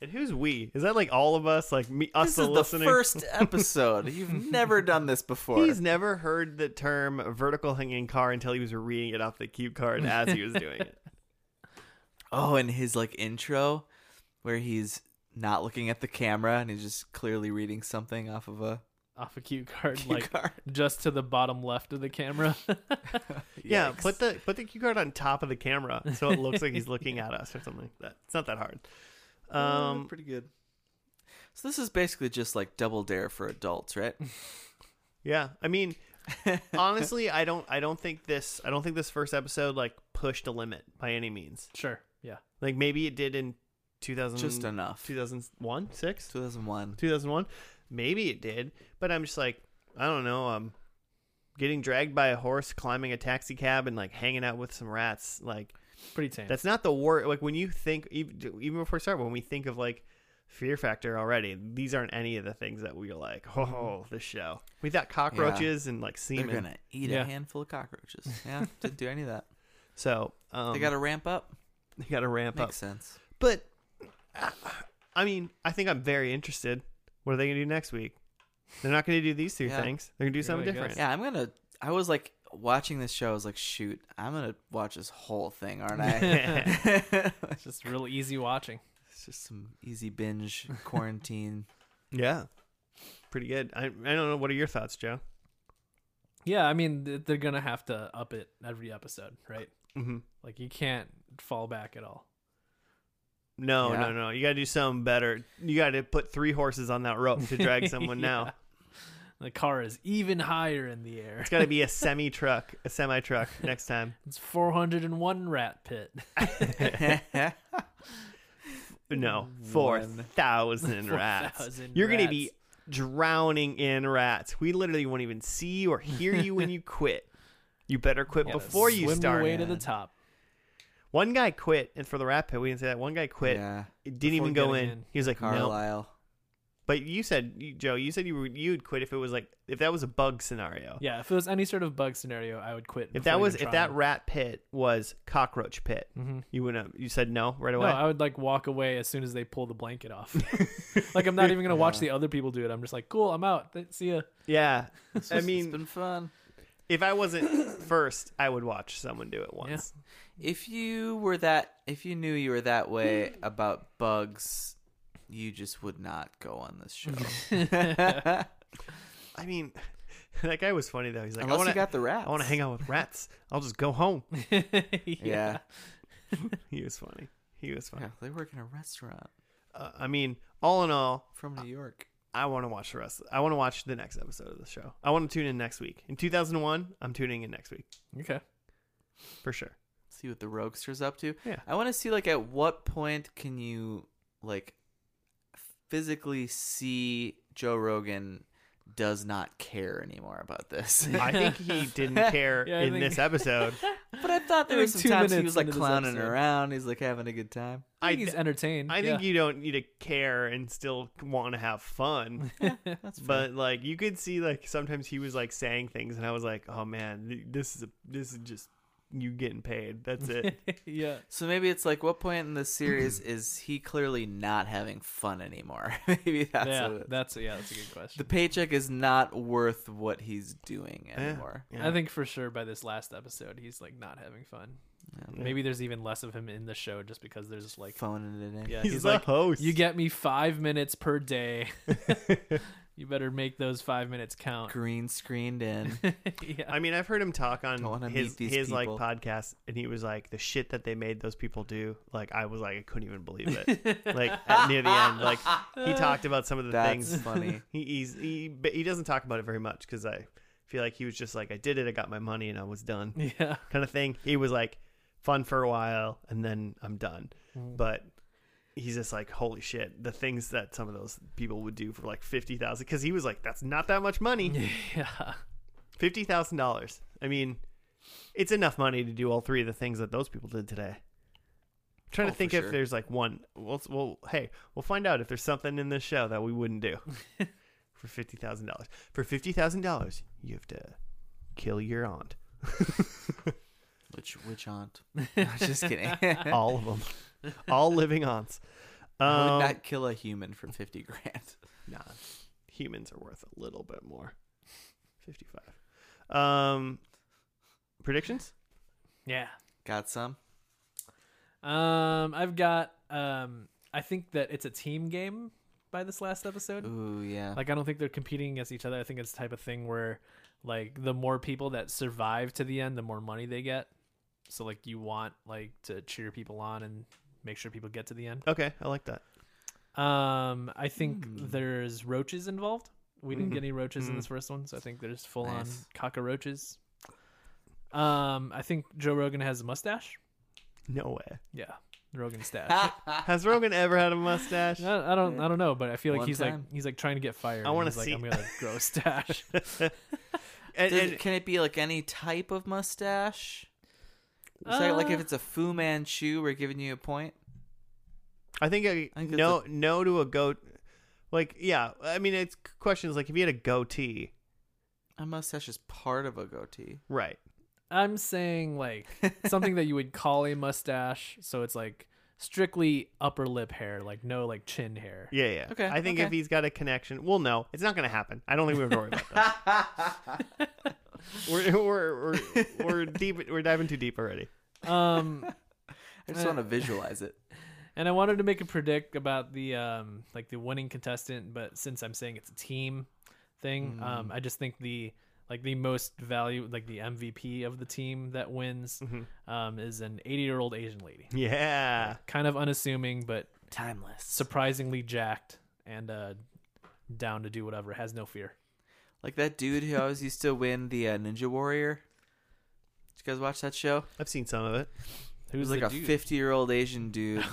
S1: and who's we? Is that like all of us? Like me, us
S2: This
S1: the
S2: is the
S1: listening.
S2: first episode. You've never done this before.
S1: He's never heard the term vertical hanging car until he was reading it off the cue card as he was doing it.
S2: Oh, and his like intro, where he's not looking at the camera and he's just clearly reading something off of a
S3: Off a cue card,
S2: cue
S3: like
S2: card.
S3: just to the bottom left of the camera.
S1: Yeah,
S2: Yikes.
S1: put the put the cue card on top of the camera so it looks like he's looking at us or something like that. It's not that hard.
S2: Uh,
S1: Um,
S2: pretty good. So this is basically just like Double Dare for adults, right?
S1: yeah, I mean, honestly, I don't I don't think this I don't think this first episode like pushed a limit by any means.
S3: sure. Yeah.
S1: Like maybe it did in 2000
S2: Just enough.
S1: 2001, 6,
S2: 2001.
S1: 2001. Maybe it did, but I'm just like I don't know, um getting dragged by a horse, climbing a taxi cab and like hanging out with some rats like
S3: Pretty tame.
S1: That's not the word. Like when you think, even even before we start, when we think of like Fear Factor already, these aren't any of the things that we like. Oh, this show. We thought cockroaches and like
S2: They're
S1: semen.
S2: gonna eat
S3: Yeah.
S2: a handful of cockroaches. Yeah, didn't do any of that.
S1: So um,
S2: They got to ramp up.
S1: they got to ramp
S2: Makes
S1: up.
S2: sense.
S1: But I mean, I think I'm very interested. What are they gonna do next week? They're not gonna do these two
S2: Yeah.
S1: things. They're gonna do something
S3: Really
S1: different.
S2: Yeah, I'm gonna. I was like watching this show. I was like, shoot, I'm gonna watch this whole thing, aren't I?
S3: It's just real easy watching.
S2: it's just some easy binge quarantine.
S1: Yeah. Pretty good. I I don't know. What are your thoughts, Joe?
S3: Yeah, I mean th- they're gonna have to up it every episode, right?
S1: Mm-hmm.
S3: Like you can't fall back at all.
S1: No,
S2: Yeah.
S1: no, no. You got to do something better. You got to put three horses on that rope to drag someone now.
S3: The car is even higher in the air.
S1: It's got to be a semi truck, a semi truck next time.
S3: It's 401 rat pit.
S1: No, four thousand rats.
S3: 4,000
S1: You're gonna be
S3: rats.
S1: drowning in rats. We literally won't even see or hear you when you quit. You better quit
S3: Yeah,
S1: before you
S3: swim your
S1: start.
S3: way to the
S2: man.
S3: top.
S1: One guy quit, and for the rat pit, we didn't say that. One guy quit.
S2: yeah,
S1: It didn't even
S3: Before
S1: go in.
S3: getting in.
S1: He was like, "No."
S2: Carlisle.
S1: But you said, you- Joe, you said you would you'd quit if it was like if that was a bug scenario.
S3: Yeah, if it was any sort of bug scenario, I would quit.
S1: If
S3: before
S1: that was
S3: even
S1: if that
S3: trying.
S1: rat pit was cockroach pit,
S3: Mhm.
S1: you wouldn't. Have, you said no right
S3: No,
S1: away.
S3: I would like walk away as soon as they pull the blanket off. like I'm not even gonna watch the other people do it. I'm just like, cool, I'm out. Th- See ya.
S1: yeah, I
S2: It's
S1: mean,
S2: been fun.
S1: If I wasn't first, I would watch someone do it once.
S2: If you were that, if you knew you were that way
S1: Hmm.
S2: about bugs, you just would not go on this show.
S1: I mean, that guy was funny though. He's like,
S2: Unless
S1: I
S2: you got the rats.
S1: want to hang out with rats. I'll just go home.
S2: Yeah.
S1: He was funny. He was funny.
S2: yeah, they work in a restaurant
S1: Uh, I mean, all in all,
S2: from New York.
S1: I want to watch the rest. I want to watch the next episode of the show. I want to tune in next week. In 2001, I'm tuning in next week
S3: Okay.
S1: for sure.
S2: See what the roadster's up to.
S1: Yeah.
S2: I want to see like at what point can you like physically see Joe Rogan does not care anymore about this.
S1: I think he didn't care
S3: Yeah, I
S1: in
S3: think-
S1: this episode.
S2: but I thought there
S3: Like
S2: was some
S3: two
S2: times he
S3: minutes
S2: was like
S3: into this
S2: clowning
S3: episode.
S2: around. He's like having a good time.
S3: I
S1: I
S3: think he's entertained.
S1: I think you don't need to care and still want to have fun.
S2: That's fair.
S1: but like you could see like sometimes he was like saying things and i was like oh man th- this is a this is just you getting paid that's it
S3: you. yeah.
S2: So maybe it's like, what point in this series is he clearly not having fun anymore? maybe that's
S3: yeah.
S2: what it-
S3: That's yeah. That's a good question.
S2: the paycheck is not worth what he's doing anymore.
S1: Yeah.
S3: I think for sure by this last episode, he's like not having fun. Maybe there's even less of him in the show just because there's like
S2: phoning it in.
S3: yeah,
S1: He's,
S3: he's
S1: the
S3: like
S1: host.
S3: you get me 5 minutes per day. you better make those 5 minutes count.
S2: Green screened in.
S3: yeah.
S1: I mean, I've heard him talk
S2: Don't
S1: on
S2: wanna
S1: his
S2: meet these
S1: his like
S2: people.
S1: podcast, and he was like, "The shit that they made those people do." Like, I was like, I couldn't even believe it. like at, near the end, like he talked about some of the
S2: That's
S1: things.
S2: funny.
S1: He he's, he but he doesn't talk about it very much because I feel like he was just like, "I did it. I got my money, and I was done,"
S3: Yeah.
S1: kind of thing. He was like, "Fun for a while, and then I'm done." But he's just like, "Holy shit!" The things that some of those people would do for like fifty thousand, because he was like, "That's not that much money."
S3: Yeah.
S1: Fifty thousand dollars. I mean, it's enough money to do all three of the things that those people did today. I'm trying
S2: Oh,
S1: to
S2: for
S1: think if
S2: sure.
S1: there's like one. Well, s- well, hey, we'll find out if there's something in this show that we wouldn't do for fifty thousand dollars. For fifty thousand dollars, you have to kill your aunt.
S2: Which which aunt? No, just kidding. I
S1: all of them, all living aunts.
S2: would
S1: Um,
S2: not kill a human for fifty grand.
S1: nah, humans are worth a little bit more. Fifty-five. Um, predictions.
S3: Yeah.
S2: Got some?
S3: Um I've got um I think that it's a team game by this last episode.
S2: Ooh yeah.
S3: Like I don't think they're competing against each other. I think it's the type of thing where like the more people that survive to the end, the more money they get. So like you want like to cheer people on and make sure people get to the end.
S1: Okay, I like that.
S3: Um I think
S1: Hmm.
S3: there's roaches involved. We didn't get
S1: Mm-hmm.
S3: any roaches in this first one, so I think there's full on
S2: Nice.
S3: cockroaches. Um I think Joe Rogan has a mustache.
S1: No way.
S3: Yeah. Rogan stash.
S1: Has Rogan ever had a mustache?
S3: I, I don't I don't know, but I feel like
S2: One
S3: he's
S2: time.
S3: like he's like trying to get fired.
S1: I
S3: and
S1: wanna
S3: he's like,
S1: see-
S3: I'm gonna grow a stash.
S1: And,
S2: Does-
S1: and-
S2: can it be like any type of mustache? Is that like
S3: Uh,
S2: if it's a Fu Manchu, we're giving you a point.
S1: I think, I,
S2: think it's
S1: no, no to a goat. Like, yeah, I mean, it's questions like if he had a goatee,
S2: A mustache is part of a goatee.
S1: right?
S3: I'm saying like something that you would call a mustache, so it's like strictly upper lip hair, like no like chin hair.
S1: Yeah, yeah.
S2: Okay,
S1: I think
S2: okay.
S1: if he's got a connection, well, no, it's not going to happen. I don't think we have to worry about that. we're, we're we're we're deep. We're diving too deep already.
S3: Um
S2: I just want to visualize it.
S3: and I wanted to make a predict about the um like the winning contestant, but since I'm saying it's a team thing,
S2: Hmm.
S3: um I just think the like the most value like the MVP of the team that wins
S2: Mm-hmm.
S3: um is an 80-year-old Asian lady.
S1: Yeah,
S3: Kind of unassuming but
S2: Timeless.
S3: surprisingly jacked and uh down to do whatever, has no fear.
S2: Like that dude who always used to win the uh, Ninja Warrior. Did you guys watch that show?
S1: I've seen some of it.
S2: It
S3: Who's
S2: was like
S3: the
S2: a
S3: dude?
S2: fifty-year-old Asian dude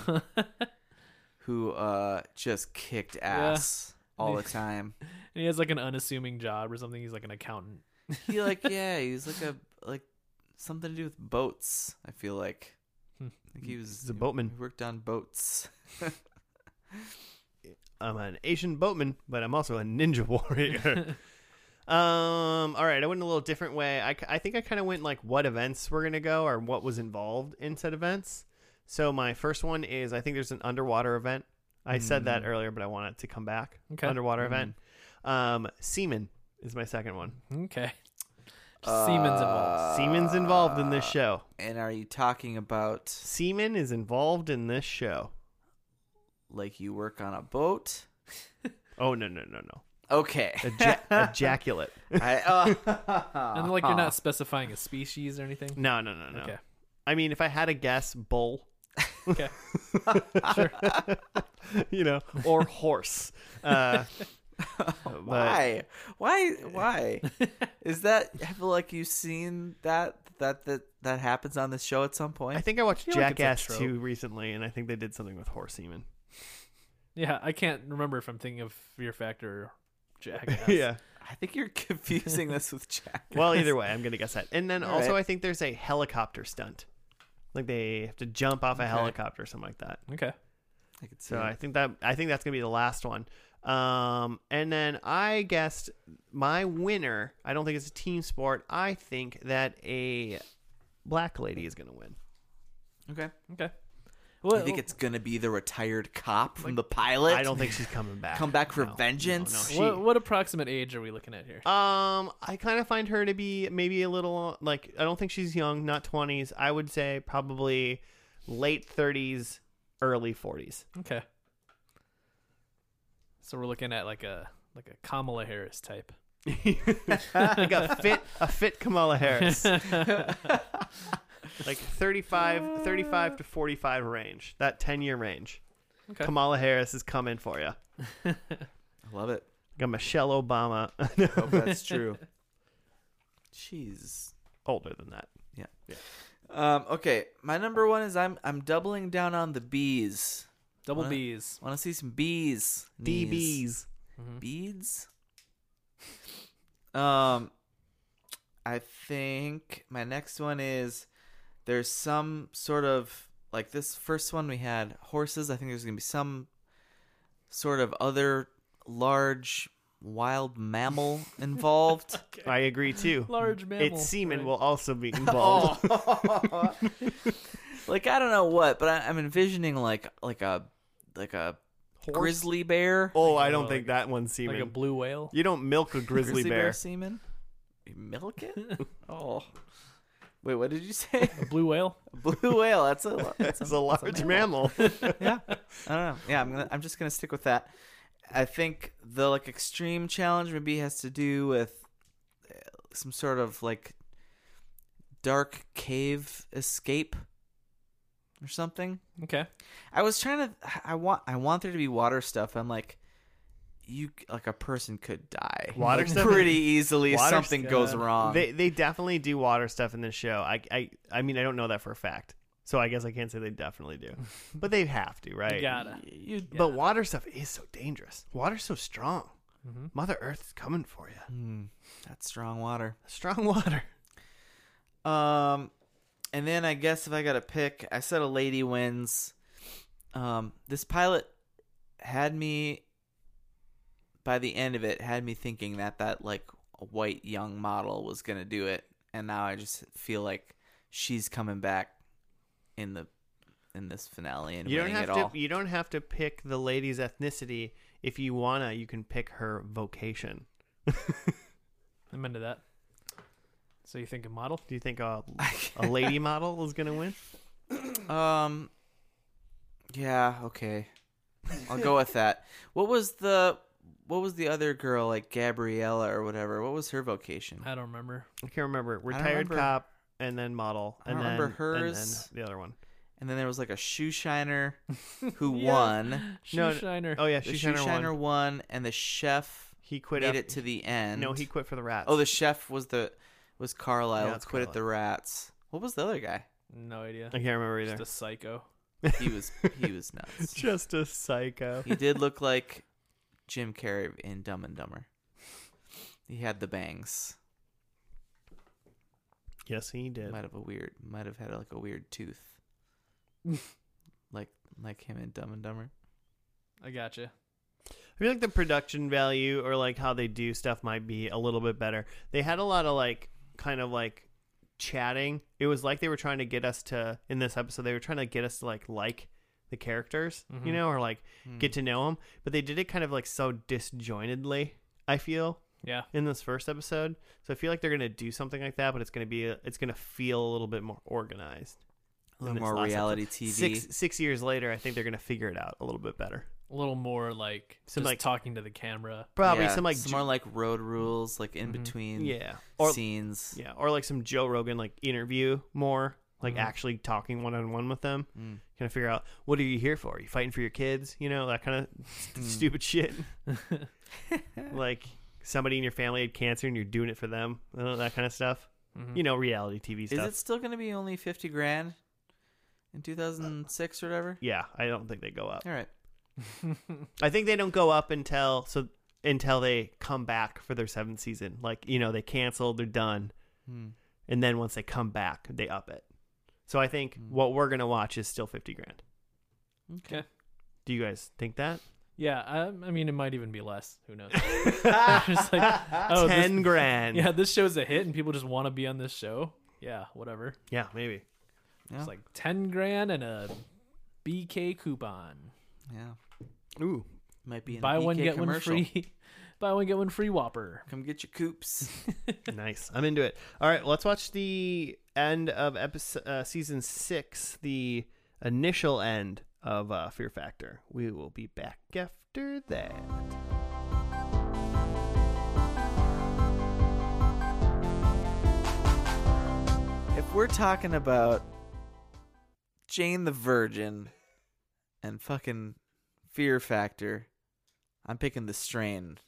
S2: who uh, just kicked ass all the time.
S3: And he has like an unassuming job or something. He's like an accountant.
S2: He like yeah, he was like a like something to do with boats. I feel like.
S3: Hmm.
S2: Like he was
S1: He's a boatman.
S2: He worked on boats.
S1: I'm an Asian boatman, but I'm also a ninja warrior. um, all right, I went a little different way. I, I think I kind of went like what events were going to go or what was involved in said events. So my first one is I think there's an underwater event. I said that earlier, but I want it to come back.
S3: Okay.
S1: Underwater event. Um, semen is my second one.
S3: Okay. Siemens
S2: Uh,
S3: involved.
S1: Semen's involved in this show.
S2: and are you talking about
S1: Semen is involved in this show.
S2: like you work on a boat?
S1: Oh no no no no.
S2: Okay.
S1: Eja- ejaculate.
S2: I, oh.
S3: And like you're not specifying a species or anything.
S1: No no no no.
S3: Okay.
S1: I mean, if I had a guess, bull.
S3: Okay.
S1: you know, or horse. Uh, but
S2: Why? Why? Why? Is that? I feel like you've seen that that that that happens on this show at some point.
S1: I think I watched
S3: feel like it's a
S1: Jackass
S3: trope.
S1: 2 recently, and I think they did something with horse semen.
S3: Yeah, I can't remember if I'm thinking of Fear Factor or Jackass.
S2: I think you're confusing this with Jack.
S1: Well, either way, I'm going to guess that. And then
S2: All
S1: also,
S2: right.
S1: I think there's a helicopter stunt. Like they have to jump off a helicopter or something like that.
S3: Okay.
S2: I could see
S1: So
S2: it.
S1: I think that I think that's gonna be the last one. Um, and then I guessed my winner. I don't think it's a team sport. I think that a black lady is gonna win.
S2: okay.
S3: Okay. Well,
S2: You think it's gonna be the retired cop from the pilot?
S1: I don't think she's coming back.
S2: come back for
S1: No, no, no,
S2: vengeance.
S1: she-
S3: what, what approximate age are we looking at here?
S1: Um, I kind of find her to be maybe a little like I don't think she's young, not twenties. I would say probably late thirties, early forties.
S3: Okay. So we're looking at like a like a Kamala Harris type.
S1: Like a fit, a fit Kamala Harris, like 35, 35 to forty five range. That ten year range.
S3: Okay.
S1: Kamala Harris is coming for you.
S2: I love it.
S1: Like a Michelle Obama,
S2: Hope that's true. Jeez.
S1: older than that.
S2: Um, okay, my number one is I'm I'm doubling down on the bees.
S3: Double
S2: What?
S3: B's.
S2: Want to see some bees? Knees.
S1: DBs.
S2: beads. Um, I think my next one is there's some sort of like this first one we had horses. I think there's gonna be some sort of other large wild mammal involved.
S1: I agree too.
S3: Large mammal. Oh.
S1: Its semen
S3: right.
S1: will also be involved.
S2: like I don't know what, but I, I'm envisioning like like a like a grizzly bear,
S1: Oh, I don't
S3: Like
S1: think that one's semen.
S3: like a blue whale.
S1: You don't milk a grizzly, bear.
S2: semen. You milk it? oh, wait, what did you say?
S3: A blue whale.
S2: Blue whale. That's a. That's
S1: It's a large mammal.
S2: yeah. I don't know. Yeah, I'm gonna. I'm just gonna stick with that. I think the like extreme challenge maybe has to do with uh, some sort of like dark cave escape or something.
S3: Okay.
S2: I was trying to. I want. I want there to be water stuff. I'm like, you like a person could die.
S1: Water
S2: Like,
S1: stuff?
S2: pretty easily. if
S1: Water
S2: something
S3: stuff.
S2: goes wrong.
S1: they they definitely do water stuff in this show. I I I mean I don't know that for a fact, so I guess I can't say they definitely do, but they have to, right?
S3: Gotta.
S2: you
S1: But water stuff is so dangerous. Water's so strong.
S3: Mm-hmm.
S1: Mother Earth's coming for you.
S2: Hmm, that's strong water.
S1: Strong water.
S2: Um, and then I guess if I got to pick, I said a lady wins. Um, this pilot had me by the end of it had me thinking that that like white young model was gonna do it, and now I just feel like she's coming back in the in this finale and
S1: You don't
S2: winning
S1: have
S2: it
S1: to.
S2: all.
S1: You don't have to pick the lady's ethnicity. If you wanna, you can pick her vocation.
S3: I'm into that. So you think a model?
S1: Do you think a a lady model is gonna win?
S2: Um. Yeah. Okay. I'll go with that. What was the What was the other girl like Gabriella or whatever? What was her vocation?
S3: I don't remember.
S1: I can't remember. Retired
S2: remember.
S1: cop and then model.
S2: I don't
S1: and then,
S2: remember
S1: and then
S2: hers.
S1: the other one.
S2: And then there was like a shoe shiner who
S3: Yeah.
S2: won.
S3: Shoe
S1: No, no-
S3: shiner.
S1: Oh yeah,
S2: The
S1: she
S2: shoe
S1: shiner,
S2: shiner
S1: won.
S2: won, and the chef
S1: He quit.
S2: made
S1: af-
S2: it to the end.
S1: No, he quit for the rats.
S2: Oh, the chef was the was Carlisle.
S1: Yeah,
S2: and
S1: it's
S2: quit at the Rats. What was the other guy?
S3: No idea.
S1: I can't remember
S3: Just
S1: either.
S3: a psycho.
S2: He was he was nuts.
S1: Just a psycho.
S2: He did look like Jim Carrey in Dumb and Dumber. He had the bangs.
S1: yes, he did.
S2: Might have a weird, might have had like a weird tooth, like like him in Dumb and Dumber.
S3: I gotcha.
S1: I feel like the production value or like how they do stuff might be a little bit better. They had a lot of like kind of like chatting. It was like they were trying to get us to in this episode. They were trying to get us to like like the characters,
S2: Mm-hmm.
S1: you know, or like
S2: Hmm.
S1: get to know them. But they did it kind of like so disjointedly. I feel
S3: Yeah.
S1: in this first episode, so I feel like they're gonna do something like that, but it's gonna be a, it's gonna feel a little bit more organized.
S2: A little
S1: this
S2: more
S1: last episode.
S2: reality TV.
S1: Six six years later, I think they're gonna figure it out a little bit better.
S3: A little more like
S1: Some,
S3: just
S1: like-
S3: talking to the camera.
S1: Probably
S2: Yeah,
S1: some like
S2: more like Mm-hmm. road rules, like in between
S1: yeah or
S2: scenes.
S1: yeah or like some Joe Rogan like interview more like
S2: Mm-hmm.
S1: actually talking one on one with them,
S2: Hmm.
S1: kind of figure out what are you here for? Are you fighting for your kids? You know that kind of
S2: Mm.
S1: st- stupid shit. like somebody in your family had cancer and you're doing it for them, uh, that kind of stuff.
S3: Mm-hmm.
S1: You know, reality TV
S2: Mm. Is
S1: stuff.
S2: it still going to be only fifty grand in two thousand six or whatever?
S1: Yeah, I don't think they go up.
S2: All right.
S1: I think they don't go up until so until they come back for their seventh season. Like you know, they canceled, they're done,
S2: Hmm.
S1: and then once they come back, they up it. So I think what we're gonna watch is still fifty grand.
S3: Okay.
S1: Do you guys think that
S3: Yeah. I, I mean, it might even be less. Who knows? Just like, oh, this-
S1: ten grand?
S3: yeah, this show's a hit and people just want to be on this show. Yeah, whatever.
S1: Yeah, maybe.
S2: Yeah.
S3: It's like 10 grand and a BK coupon.
S2: Yeah,
S1: Ooh.
S2: might be in
S3: Buy
S2: a BK
S3: one get
S2: commercial.
S3: one free. Buy one get one free Whopper.
S2: Come get your coops.
S1: Nice. I'm into it. All right, let's watch the end of episode uh, season six, the initial end of uh, Fear Factor. We will be back after that.
S2: if we're talking about Jane the Virgin and fucking Fear Factor, I'm picking the strain.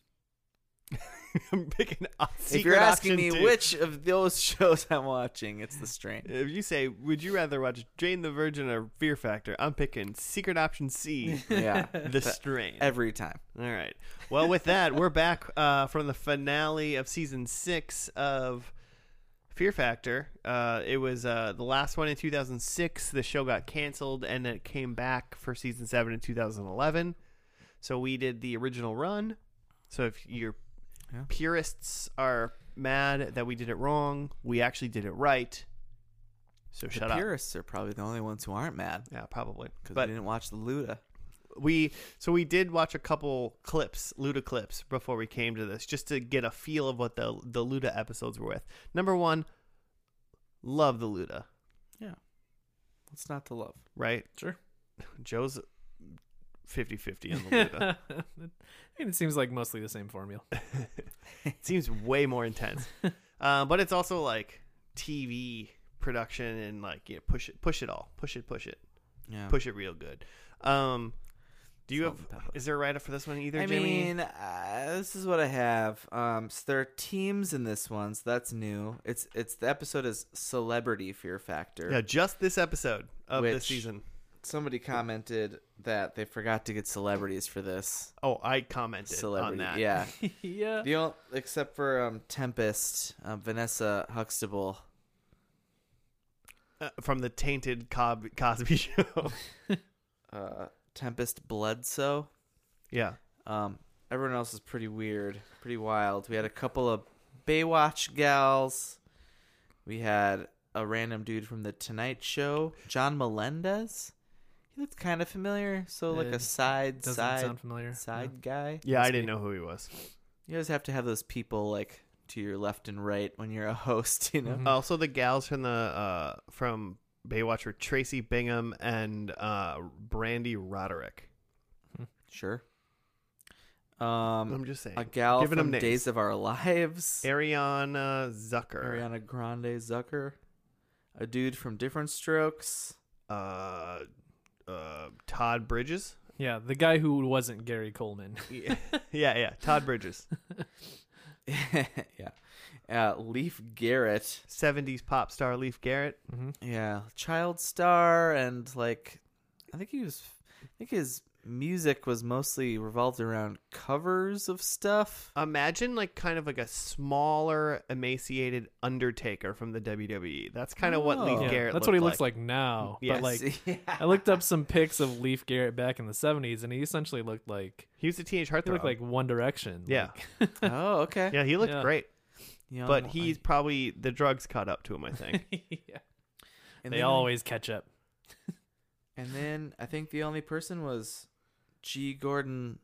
S1: I'm picking a
S2: if you're
S1: secret
S2: asking me
S1: option two.
S2: which of those shows I'm watching, it's the strain.
S1: If you say, would you rather watch Jane the Virgin or Fear Factor? I'm picking Secret Option C,
S2: Yeah.
S1: The Strain.
S2: Every time.
S1: All right. Well, with that, we're back uh, from the finale of season six of Fear Factor. Uh, it was uh, the last one in 2006. The show got canceled, and then it came back for season seven in 2011. So we did the original run. So if your
S2: Yeah.
S1: purists are mad that we did it wrong, we actually did it right. So shut
S2: the
S1: up.
S2: purists are probably the only ones who aren't mad
S1: Yeah, probably.
S2: because they
S1: But
S2: didn't watch the Luda.
S1: we so we did watch a couple clips, Luda clips, before we came to this, just to get a feel of what the the Luda episodes were with. Number one, love the Luda,
S2: What's not to love?
S1: right?
S3: Sure.
S1: Joe's 50-50 on the Luda.
S3: I mean, it seems like mostly the same formula.
S1: it seems way more intense, uh, but it's also like TV production and like yeah, push it, push it all, push it, push it,
S2: Yeah.
S1: push it real good. Um, do you
S2: It's all
S1: have?
S2: about-
S1: Is there a write up for this one either,
S2: I
S1: Jimmy?
S2: mean, uh, this is what I have. Um, so there are teams in this one, so that's new. It's it's the episode is Celebrity Fear Factor.
S1: yeah, just this episode of this
S2: Which-
S1: season.
S2: Somebody commented that they forgot to get celebrities for this
S1: Oh, I commented
S2: celebrity.
S1: on that.
S2: Yeah,
S3: yeah.
S2: the only, except for um, Tempest, um, Vanessa Huxtable.
S1: Uh, from the tainted Cob- Cosby show.
S2: uh, Tempest Bledsoe.
S1: yeah.
S2: Um, everyone else is pretty weird, pretty wild. We had a couple of Baywatch gals. We had a random dude from the Tonight Show, John Melendez. He looked kind of familiar, so like
S3: Uh,
S2: a side
S3: Doesn't
S2: side
S3: sound familiar.
S2: side guy.
S1: Yeah, I
S3: That's
S1: didn't
S3: me.
S1: know who he was.
S2: You always have to have those people like to your left and right when you're a host, you know.
S3: Mhm.
S1: Also, the gals from the uh, from Baywatch were Tracy Bingham and uh, Brandy Roderick.
S2: Sure. Um,
S1: I'm just saying.
S2: a gal
S1: giving 'em
S2: from
S1: names.
S2: Days of Our Lives.
S1: Ariana Zucker.
S2: Ariana Grande Zucker, a dude from Different Strokes,
S1: Uh, uh, Todd Bridges.
S3: Yeah, the guy who wasn't Gary Coleman.
S1: yeah, yeah. Todd Bridges.
S2: yeah, uh, Leaf Garrett,
S1: 70s pop star Leaf Garrett.
S2: yeah, child star, and like, I think he was, I think his music was mostly revolved around covers of
S1: Uh,
S2: stuff.
S1: Imagine like kind of like a smaller, emaciated Undertaker from the WWE. That's kind of what Leaf
S2: Oh.
S3: Yeah,
S1: Garrett.
S3: that's what he
S1: looked
S3: looks like now.
S1: Yes.
S3: But like,
S2: yeah.
S3: I looked up some pics of Leaf Garrett back in the '70s, and he essentially looked like
S1: He was a teenage heartthrob.
S3: he looked like One Direction.
S1: Yeah.
S3: Like,
S2: oh, okay.
S1: yeah, he looked
S3: Yeah.
S1: great.
S2: Young-
S1: but he's probably the drugs caught up to him. I think.
S3: yeah.
S2: and
S3: They
S2: then-
S3: always catch up.
S2: And then I think the only person was G. Gordon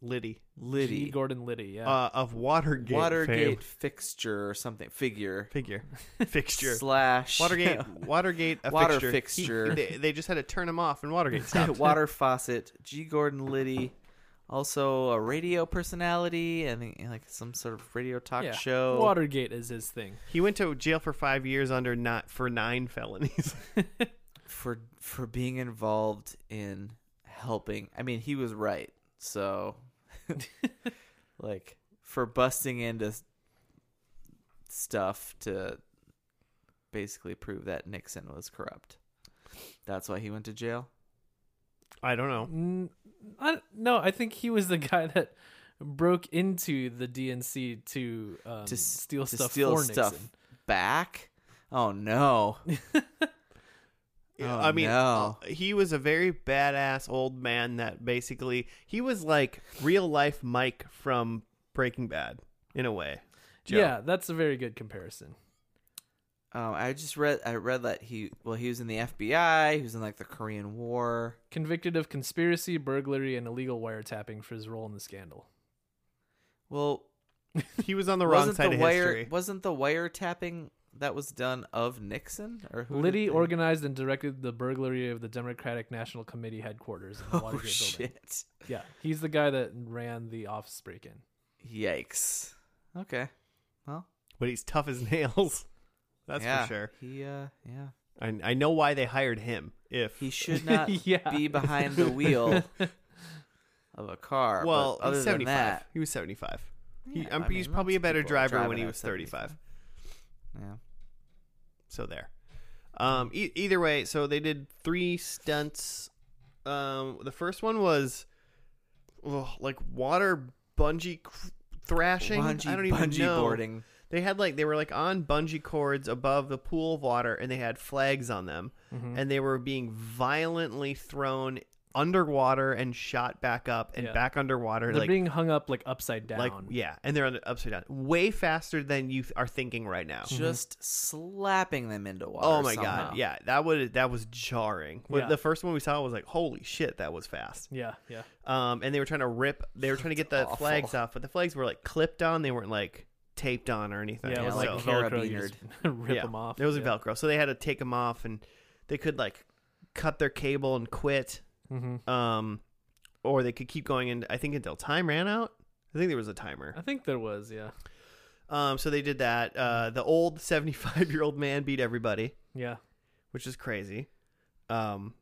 S1: Liddy
S3: G.
S2: Liddy,
S3: Gordon Liddy. Yeah.
S1: uh, of Watergate.
S2: Watergate
S1: fame.
S2: fixture or something figure.
S1: figure fixture.
S2: slash
S1: Watergate. Watergate. A
S2: Water
S1: fixture.
S2: fixture.
S1: He- they, they just had to turn him off, and Watergate stopped.
S2: water faucet G Gordon Liddy, also a radio personality and uh, like some sort of radio talk
S3: yeah.
S2: show.
S3: Watergate is his thing.
S1: he went to jail for five years under not for nine felonies.
S2: for for being involved in helping. I mean, he was right. So, like for busting into s- stuff to basically prove that Nixon was corrupt. That's why he went to jail.
S1: I don't know.
S3: Mm, I, no, I think he was the guy that broke into the DNC to um,
S2: To s-
S3: steal
S2: to
S3: stuff
S2: steal
S3: for
S2: stuff.
S3: Nixon.
S2: Back? Oh no.
S1: Yeah,
S2: Oh,
S1: I mean,
S2: no.
S1: uh, he was a very badass old man that basically he was like real life Mike from Breaking Bad in a way. Joe.
S3: Yeah, that's a very good comparison.
S2: Um, I just read I read that he well he was in the FBI. He was in like the Korean War.
S3: Convicted of conspiracy, burglary, and illegal wiretapping for his role in the scandal.
S2: Well,
S1: He was on the wrong
S2: wasn't
S1: side
S2: the
S1: of
S2: wire
S1: history.
S2: wasn't the wiretapping that was done of Nixon or who? did
S3: Liddy
S2: they-
S3: organized and directed the burglary of the Democratic National Committee headquarters in the
S2: Oh
S3: Watergate building.
S2: shit!
S3: Yeah, he's the guy that ran the office break in.
S2: Yikes. Okay. Well,
S1: But he's tough as nails. That's
S2: yeah.
S1: for sure.
S2: He uh yeah
S1: I, I know why they hired him. If
S2: he should not
S3: Yeah.
S2: be behind the wheel of a car.
S1: well,
S2: but other
S1: he's seventy
S2: than
S1: five.
S2: that,
S1: He was seventy five. He,
S2: Yeah,
S1: I'm,
S2: I
S1: he's
S2: mean,
S1: probably a
S2: lots of
S1: better
S2: people are
S1: driver when
S2: driving
S1: he
S2: at
S1: was
S2: 75.
S1: 35.
S2: yeah.
S1: So there. Um, e- either way, so they did three stunts. Um, the first one was ugh, like water bungee cr- thrashing.
S2: Bungee,
S1: I don't even
S2: bungee
S1: know.
S2: boarding.
S3: Mm-hmm.
S1: They had like they were like on bungee cords above the pool of water, and they had flags on them,
S3: Mm-hmm.
S1: and they were being violently thrown underwater and shot back up and
S3: Yeah.
S1: back underwater.
S3: They're
S1: like
S3: being hung up like upside down.
S1: like yeah, and they're on the upside down, way faster than you th- are thinking right now.
S2: just slapping them into water.
S1: Oh my
S2: somehow.
S1: god, yeah, that would that was jarring. What-
S3: Yeah.
S1: The first one we saw was like, holy shit, that was fast.
S3: yeah, yeah.
S1: Um, and they were trying to rip, they were trying to get the
S2: awful.
S1: flags off, but the flags were like clipped on, they weren't like taped on or anything.
S3: Yeah, it
S2: Yeah,
S3: was like,
S1: so-
S3: Velcro. You
S2: carabinered.
S3: just rip
S1: yeah,
S3: them off.
S1: It was
S3: yeah.
S1: a Velcro, so they had to take them off, and they could like cut their cable and quit,
S3: Mm-hmm.
S1: um, or they could keep going, and I think until time ran out. I think there was a timer.
S3: I think there was, yeah,
S1: Um, so they did that. Uh, the old seventy-five-year-old man beat everybody.
S3: yeah.
S1: which is crazy. Um,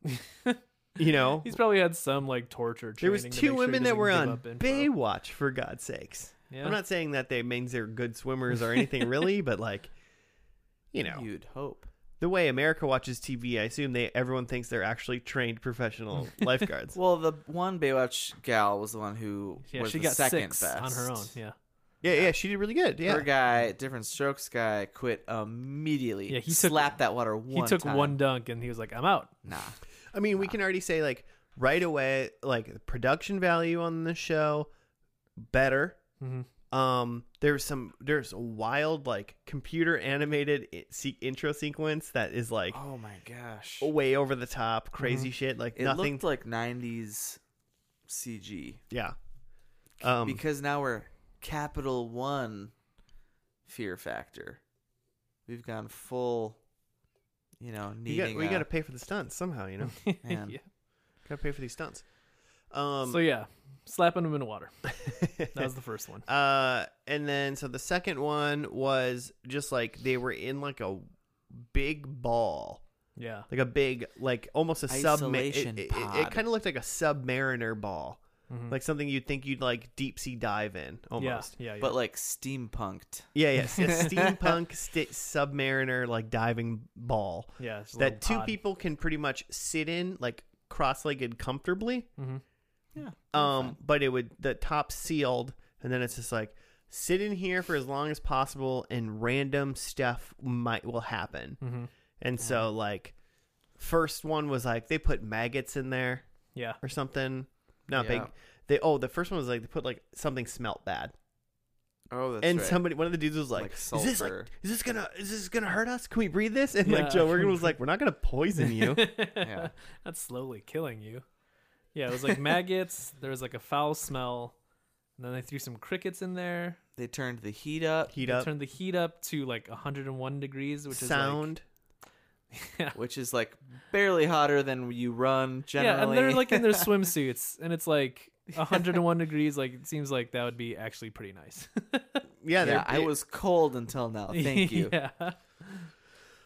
S1: you know,
S3: He's probably had some like torture.
S1: there was
S3: training to
S1: two
S3: make sure he
S1: women that
S3: doesn't
S1: were
S3: give
S1: on
S3: up info.
S1: Baywatch for God's sakes.
S3: Yeah.
S1: I'm not saying that they means they're good swimmers or anything really, but like, you know,
S2: You'd hope.
S1: the way America watches TV, I assume they everyone thinks they're actually trained professional lifeguards.
S2: Well, the one Baywatch gal was the one who
S3: yeah,
S2: was
S3: she
S2: the
S3: got
S2: second
S3: six
S2: best
S3: on her own. Yeah,
S1: yeah, yeah, she did really good. Yeah,
S2: Her guy, different strokes guy, quit immediately.
S3: Yeah, he took-
S2: slapped that water one.
S3: he took
S2: time.
S3: one dunk and he was like, "I'm out."
S2: Nah,
S1: I mean, we can already say like right away, like the production value on the show better.
S3: Mhm.
S1: Um, there's some there's a wild like computer animated i- se- intro sequence that is like
S2: Oh my gosh.
S1: way over the top, crazy shit. Like
S2: it
S1: nothing.
S2: looked like 90s CG
S1: yeah. Um,
S2: because now we're capital one fear factor. We've gone full, you know,
S1: you got,
S2: needing.
S1: we
S2: a- Mm.
S1: got to pay for the stunts somehow. You know,
S2: Man.
S3: Yeah.
S1: got to pay for these stunts. Um, eh,
S3: so yeah, slapping him in the water. That was the first one.
S1: Uh, and then so the second one was just like they were in like a big ball.
S3: Yeah,
S1: like a big like almost a submarine it,
S2: Isolation
S1: it- it- it
S2: pod.
S1: kind of looked like a submariner ball like something you'd think you'd like deep sea dive in almost
S3: yeah, yeah, yeah.
S2: but like steampunked.
S1: yeah yeah, s- a steampunk sti submariner like diving ball
S3: yeah, it's a little
S1: that two
S3: pod.
S1: people can pretty much sit in like cross-legged comfortably
S2: Yeah.
S1: um but it would the top sealed and then it's just like sit in here for as long as possible and random stuff might will happen and so like first one was like they put maggots in there
S3: Yeah,
S1: or something. Not
S2: Yeah.
S1: big. They oh the first one was like they put like something smelt bad,
S2: Oh, that's
S1: and
S2: right.
S1: somebody one of the dudes was like,
S2: Like
S1: "Is this like
S2: sulfur."
S1: is this gonna is this gonna hurt us? Can we breathe this?" And
S3: Yeah.
S1: like Joe Rogan was like, "We're not gonna poison you."
S2: Yeah.
S3: that's slowly killing you. Yeah, it was like maggots. there was like a foul smell, and then they threw some crickets in there.
S2: They turned the heat up,
S1: Heat
S3: They
S1: up,
S3: turned the heat up to like 101 degrees, which
S1: sound.
S3: is like,
S2: which is like barely hotter than you run generally.
S3: yeah, and they're like in their swimsuits, and it's like 101 degrees. Like it seems like that would be actually pretty nice.
S1: yeah,
S2: yeah,
S1: they're-
S2: I was cold until now. Thank you.
S3: yeah, and,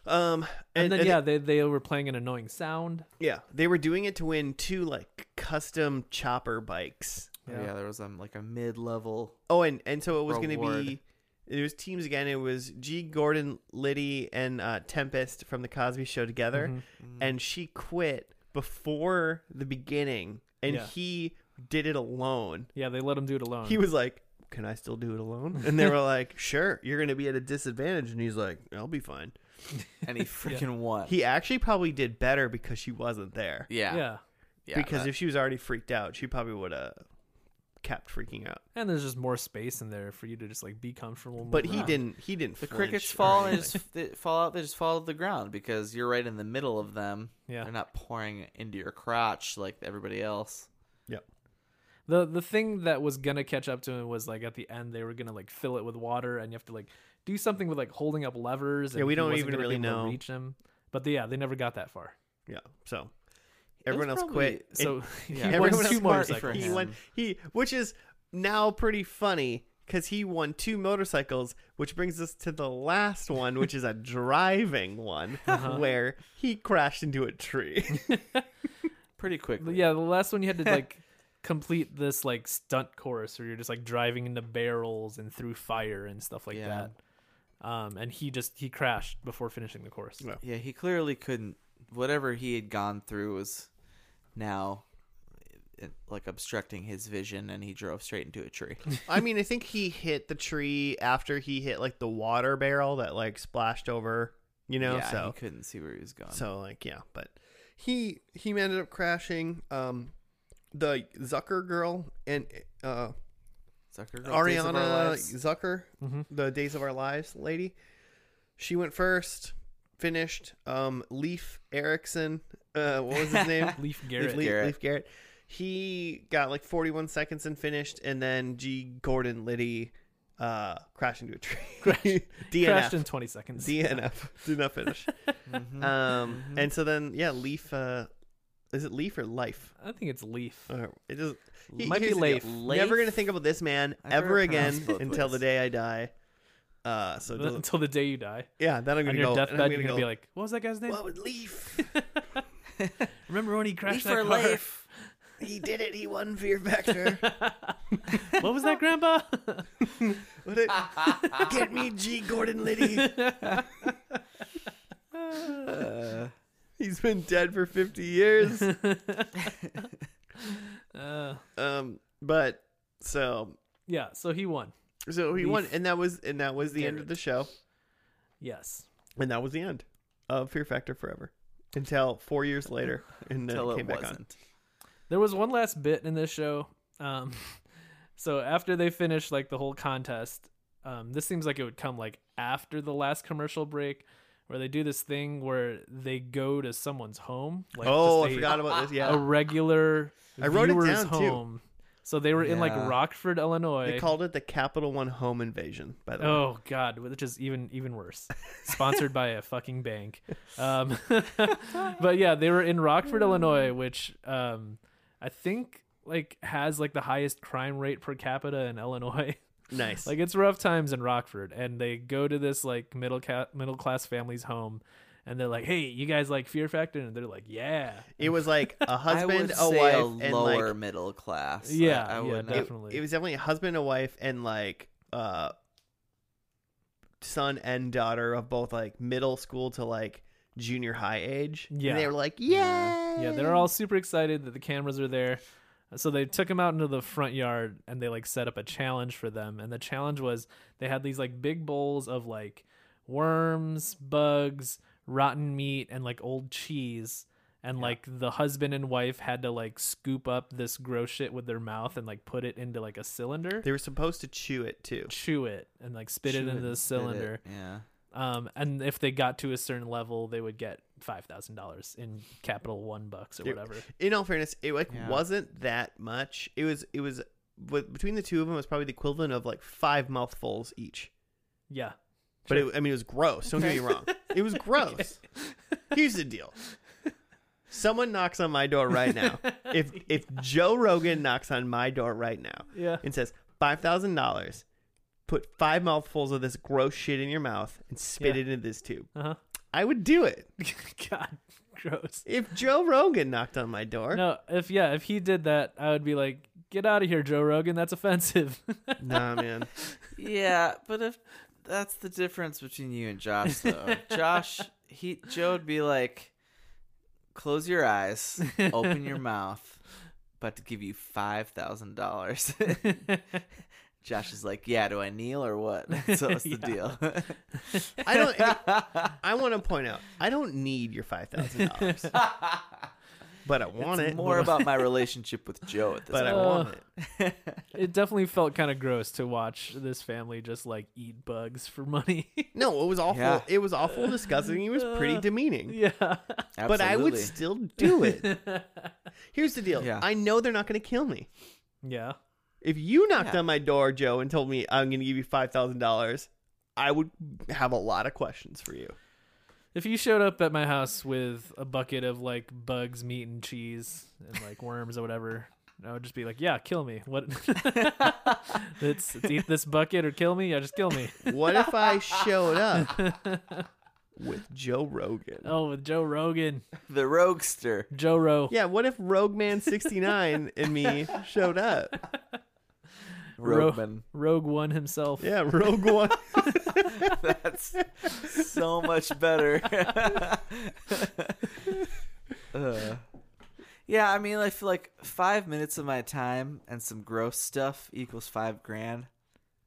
S1: Um, and,
S3: then
S1: and
S3: yeah, they they were playing an annoying sound.
S1: yeah, they were doing it to win two like custom chopper bikes.
S2: Oh, Yeah, there was um, like a mid level.
S1: Oh, and and so it was going to
S2: Reward.
S1: be. It was teams again. It was G. Gordon, Liddy, and uh, Tempest from the Cosby Show together, and she quit before the beginning, and
S3: Yeah.
S1: he did it alone.
S3: Yeah, they let him do it alone.
S1: He was like, "Can I still do it alone?" And they were like, "Sure, you're going to be at a disadvantage," and he's like, "I'll be fine."
S2: And he freaking won.
S1: He actually probably did better because she wasn't there.
S2: yeah.
S3: yeah,
S2: yeah,
S1: because
S2: that-
S1: if she was already freaked out, she probably would have kept freaking out.
S3: And there's just more space in there for you to just like be comfortable. and
S1: But
S3: move
S1: he
S3: around.
S1: didn't. He didn't.
S2: The
S1: flinch
S2: crickets
S1: or
S2: fall and
S1: anything.
S2: just they fall out. They just fall to the ground because you're right in the middle of them.
S3: Yeah.
S2: they're not pouring into your crotch like everybody else.
S3: The the thing that was gonna catch up to him was like at the end they were gonna like fill it with water and you have to like do something with like holding up levers. And
S1: Yeah, we
S3: he
S1: don't
S3: wasn't
S1: even
S3: gonna be
S1: really
S3: able to
S1: know.
S3: reach him. But yeah, they never got that far.
S1: Yeah. So everyone else
S2: probably-
S1: quit.
S3: So
S2: yeah.
S3: he
S2: Everyone
S3: won
S2: was
S3: two
S2: smart for
S3: motorcycles.
S1: He won.
S2: him.
S1: He, which is now pretty funny because he won two motorcycles, which brings us to the last one, which is a driving one
S3: Uh-huh.
S1: where he crashed into a tree.
S2: Pretty
S3: But
S2: quickly.
S3: yeah, the last one you had to like complete this like stunt course where you're just like driving into barrels and through fire and stuff like
S2: Yeah.
S3: that. Um, and he just he crashed before finishing the course.
S1: Yeah.
S2: Yeah, he clearly couldn't. Whatever he had gone through was now eh, like obstructing his vision, and he drove straight into a tree.
S1: I mean, I think he hit the tree after he hit like the water barrel that like splashed over, you know.
S2: yeah,
S1: so
S2: he couldn't see where he was going.
S1: So like yeah, but he he ended up crashing. Um, the Zucker girl and uh
S2: Zucker Girl, Oh, Days of Our
S1: Ariana
S2: Lives. Mm-hmm.
S1: Zucker,
S3: Mhm.
S1: the Days of Our Lives lady, she went first, finished. Um, Leaf Erickson, uh, what was his name?
S3: Leaf
S1: Leaf,
S3: Garrett.
S1: Leaf,
S2: Garrett.
S1: Leaf Garrett. He got like 41 seconds and finished, and then G. Gordon Liddy uh, crashed into a tree. DNF.
S3: crashed in 20 seconds.
S1: DNF did not finish.
S3: Mm-hmm.
S2: Mhm.
S1: Um, and so then yeah, Leaf. Uh, is it Leaf or Life?
S3: I think it's Leaf.
S1: Or it doesn't. he-
S3: Might be
S1: here's the deal.
S3: Leif.
S1: Never
S2: Leif?
S1: gonna think about this man
S2: I've
S1: ever
S2: heard it
S1: again
S2: pronounced both
S1: until the
S2: ways.
S1: day I die. Uh, so it doesn't,
S3: Until the day you die.
S1: yeah, then I'm
S3: On
S1: gonna
S3: your
S1: go.
S3: deathbed,
S1: and I'm
S3: you're
S1: gonna
S3: gonna be like, "What was that guy's name?
S1: "What would Leaf?
S3: Remember when he crashed
S2: Leaf or
S3: that car?
S2: Leif?
S1: he did it. He won Fear Factor.
S3: what was that, Grandpa?"
S1: Would it get me G Gordon Liddy?
S2: Uh,
S1: He's been dead for 50 years.
S3: uh,
S1: Um, but so
S3: yeah, so he won.
S1: so he won,
S3: Leif
S1: and that was and that was the end of
S3: Garrett.
S1: the show.
S3: Yes.
S1: And that was the end of Fear Factor Forever until four years later, and then
S2: till
S1: it
S2: it
S1: came back on.
S2: wasn't.
S3: There was one last bit in this show. Um, so after they finished like the whole contest, um, this seems like it would come like after the last commercial break, where they do this thing where they go to someone's home. Like
S1: oh,
S3: just
S1: I
S3: a-
S1: forgot about this.
S3: A
S1: Yeah,
S3: regular
S1: I wrote it
S3: viewer's
S1: down, too.
S3: home. So they were in like
S2: Yeah.
S3: Rockford, Illinois.
S1: they called it the Capital One Home Invasion. By the way,
S3: Oh God, which is even even worse. Sponsored by a fucking bank. Um, but yeah, they were in Rockford, Illinois, which um, I think like has like the highest crime rate per capita in Illinois.
S1: nice.
S3: like it's rough times in Rockford, and they go to this like middle ca- middle class family's home, and they're like, "Hey, you guys like Fear Factor?" And they're like, "Yeah."
S1: it was like a
S2: I would
S1: husband, a
S2: say
S1: wife,
S2: a
S1: and
S2: lower
S1: like
S2: middle class. I-
S3: Yeah,
S2: I,
S3: yeah,
S2: would
S1: it,
S2: not.
S3: Definitely.
S1: it was definitely a husband, a wife, and like uh, son and daughter of both like middle school to like junior high age.
S3: Yeah.
S1: and they were like,
S2: Yeah.
S1: yeah,
S3: Yeah, they're all super excited that the cameras are there. So they took them out into the front yard and they like set up a challenge for them. And the challenge was they had these like big bowls of like worms, bugs, rotten meat, and like old cheese. And like the husband and wife had to like scoop up this gross shit with their mouth and like put it into like a cylinder,
S1: They were supposed to chew it too.
S3: chew it, and like spit
S2: Chew
S3: it into
S2: and
S3: the
S2: spit it.
S3: cylinder.
S2: Yeah.
S3: Um, and if they got to a certain level, they would get five thousand dollars in Capital One bucks or
S1: It-
S3: whatever.
S1: in all fairness, it like
S2: Yeah.
S1: wasn't that much. It was it was with, between the two of them it was probably the equivalent of like five mouthfuls each.
S3: Yeah.
S1: But it, I mean, it was gross. Don't get me wrong. It was gross. Here's the deal. Someone knocks on my door right now. If if Joe Rogan knocks on my door right now
S3: Yeah.
S1: and says five thousand dollars, put five mouthfuls of this gross shit in your mouth and spit
S3: Yeah.
S1: it into this tube,
S3: Uh huh.
S1: I would do it.
S3: God, gross.
S1: If Joe Rogan knocked on my door, no,
S3: No, if yeah, if he did that, I would be like, get out of here, Joe Rogan. That's offensive.
S1: nah, man.
S2: Yeah, but if that's the difference between you and Josh, though. Josh, he Joe would be like, close your eyes, open your mouth, about to give you five thousand dollars. Josh is like, yeah, do I kneel or what? So what's the
S3: Yeah.
S2: deal?
S1: I don't. I want to point out, I don't need your five thousand dollars. but I want
S2: it's
S1: it.
S2: more about my relationship with Joe at this
S1: but I
S3: Uh,
S1: want it.
S3: It definitely felt kind of gross to watch this family just like eat bugs for money.
S1: No, it was awful.
S2: Yeah.
S1: It was awful, disgusting. It was pretty demeaning.
S3: yeah.
S2: point.
S1: But I would
S2: Absolutely.
S1: still do it. Here's the deal.
S2: Yeah.
S1: I know they're not going to kill me.
S3: Yeah.
S1: If you knocked
S2: Yeah.
S1: on my door, Joe, and told me I'm going to give you five thousand dollars, I would have a lot of questions for you.
S3: If you showed up at my house with a bucket of like bugs, meat, and cheese, and like worms or whatever, I would just be like, "Yeah, kill me. What? it's, it's eat this bucket or kill me. Yeah, just kill me."
S1: What if I showed up with Joe Rogan?
S3: Oh, with Joe Rogan,
S2: the roguester.
S3: Joe Ro.
S1: Yeah, what if Rogue Man 69 and me showed up?
S3: Ro-
S2: Rogueman.
S3: Rogue One himself.
S1: Yeah, Rogue One.
S2: That's so much better. Uh, yeah, I mean, I feel like five minutes of my time and some gross stuff equals five grand.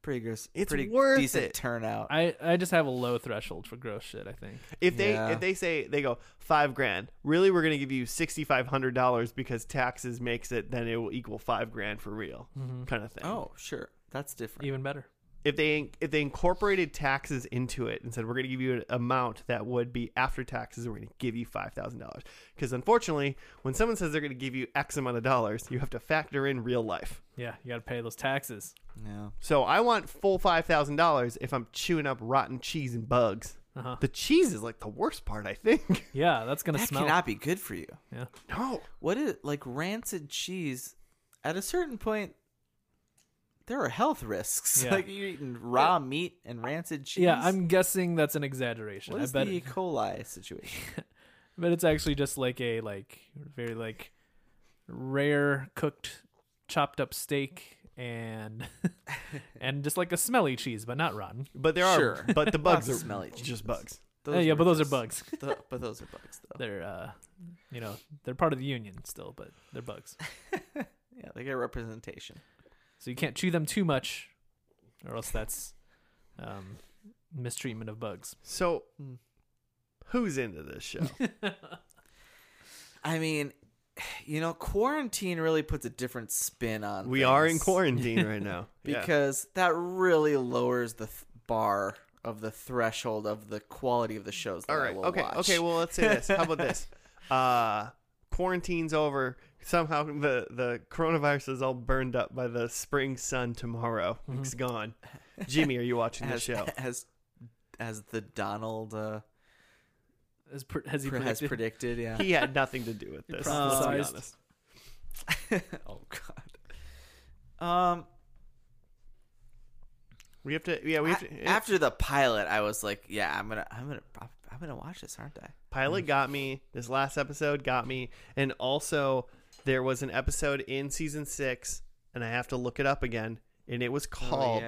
S2: Pretty gross.
S1: It's
S2: pretty
S1: worth
S2: decent
S1: it.
S2: turnout.
S3: I I just have a low threshold for gross shit. I think.
S1: If they
S2: Yeah.
S1: if they say they go five grand, really we're gonna give you sixty five hundred dollars because taxes makes it, then it will equal five grand for real, kind of thing.
S2: oh, sure. That's different.
S3: Even better.
S1: if they if they incorporated taxes into it and said we're going to give you an amount that would be after taxes we're going to give you $5000 because unfortunately when someone says they're going to give you x amount of dollars you have to factor in real life
S3: Yeah, you gotta pay those taxes.
S2: Yeah.
S1: so i want full $5000 if i'm chewing up rotten cheese and bugs
S3: Uh-huh.
S1: the cheese is like the worst part i think
S3: Yeah, that's gonna
S2: That
S3: smell.
S2: cannot be good for you.
S3: yeah.
S1: no
S2: What is like rancid cheese? At a certain point, there are health risks.
S3: Yeah.
S2: Like you're eating raw meat and rancid cheese.
S3: Yeah, I'm guessing that's an exaggeration.
S2: What is
S3: I bet
S2: the E. coli situation?
S3: But it's actually just like a like very like rare cooked chopped up steak and and just like a smelly cheese, but not rotten.
S1: but there are
S2: Sure.
S1: but the bugs
S2: Lots of
S1: are
S2: smelly cheeses.
S1: just bugs
S3: Uh, yeah, but those are bugs.
S2: Th- but those are bugs, though.
S3: They're uh you know, they're part of the union still, but they're bugs.
S2: Yeah, they get representation.
S3: So you can't chew them too much or else that's um mistreatment of bugs.
S1: so
S2: Hmm.
S1: who's into this show
S2: I mean, you know, quarantine really puts a different spin on.
S1: we are in
S2: things
S1: quarantine right now Yeah.
S2: because that really lowers the th- bar of the threshold of the quality of the shows. That
S1: All
S2: I
S1: right.
S2: will
S1: Okay.
S2: watch.
S1: Okay. Well, let's say this. How about this? Uh, quarantine's over. Somehow the the coronavirus is all burned up by the spring sun tomorrow.
S2: Mm-hmm.
S1: It's gone. Jimmy, are you watching this
S2: as,
S1: show?
S2: as as the Donald uh,
S3: As pr- has he
S2: pre- has predicted.
S3: predicted?
S2: Yeah.
S1: He had nothing to do with this. Let's be
S3: prophesized.
S1: honest.
S2: oh God. Um.
S1: We have to. Yeah. We have
S2: a-
S1: to.
S2: after the pilot, I was like, yeah, I'm gonna, I'm gonna, I'm gonna watch this, aren't I?
S1: Pilot got me. This last episode got me. And also, there was an episode in season six, and I have to look it up again. And it was
S2: Oh,
S1: called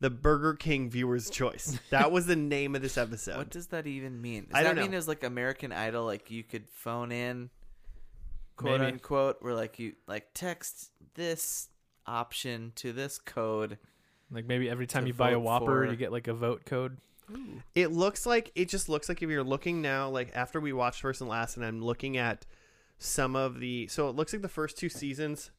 S1: "The Burger King Viewer's Choice." That was the name of this episode.
S2: What does that even mean? Does
S1: I don't
S2: that mean
S1: know.
S2: it's like American Idol, like you could phone in, quote
S3: Maybe.
S2: unquote, where like you like text this option to this code?
S3: Like maybe every time
S2: to
S3: you buy a
S2: vote
S3: Whopper,
S2: for-
S3: you get like a vote code.
S1: It looks like it just looks like if you're looking now, like after we watched first and last, and I'm looking at some of the. So it looks like the first two seasons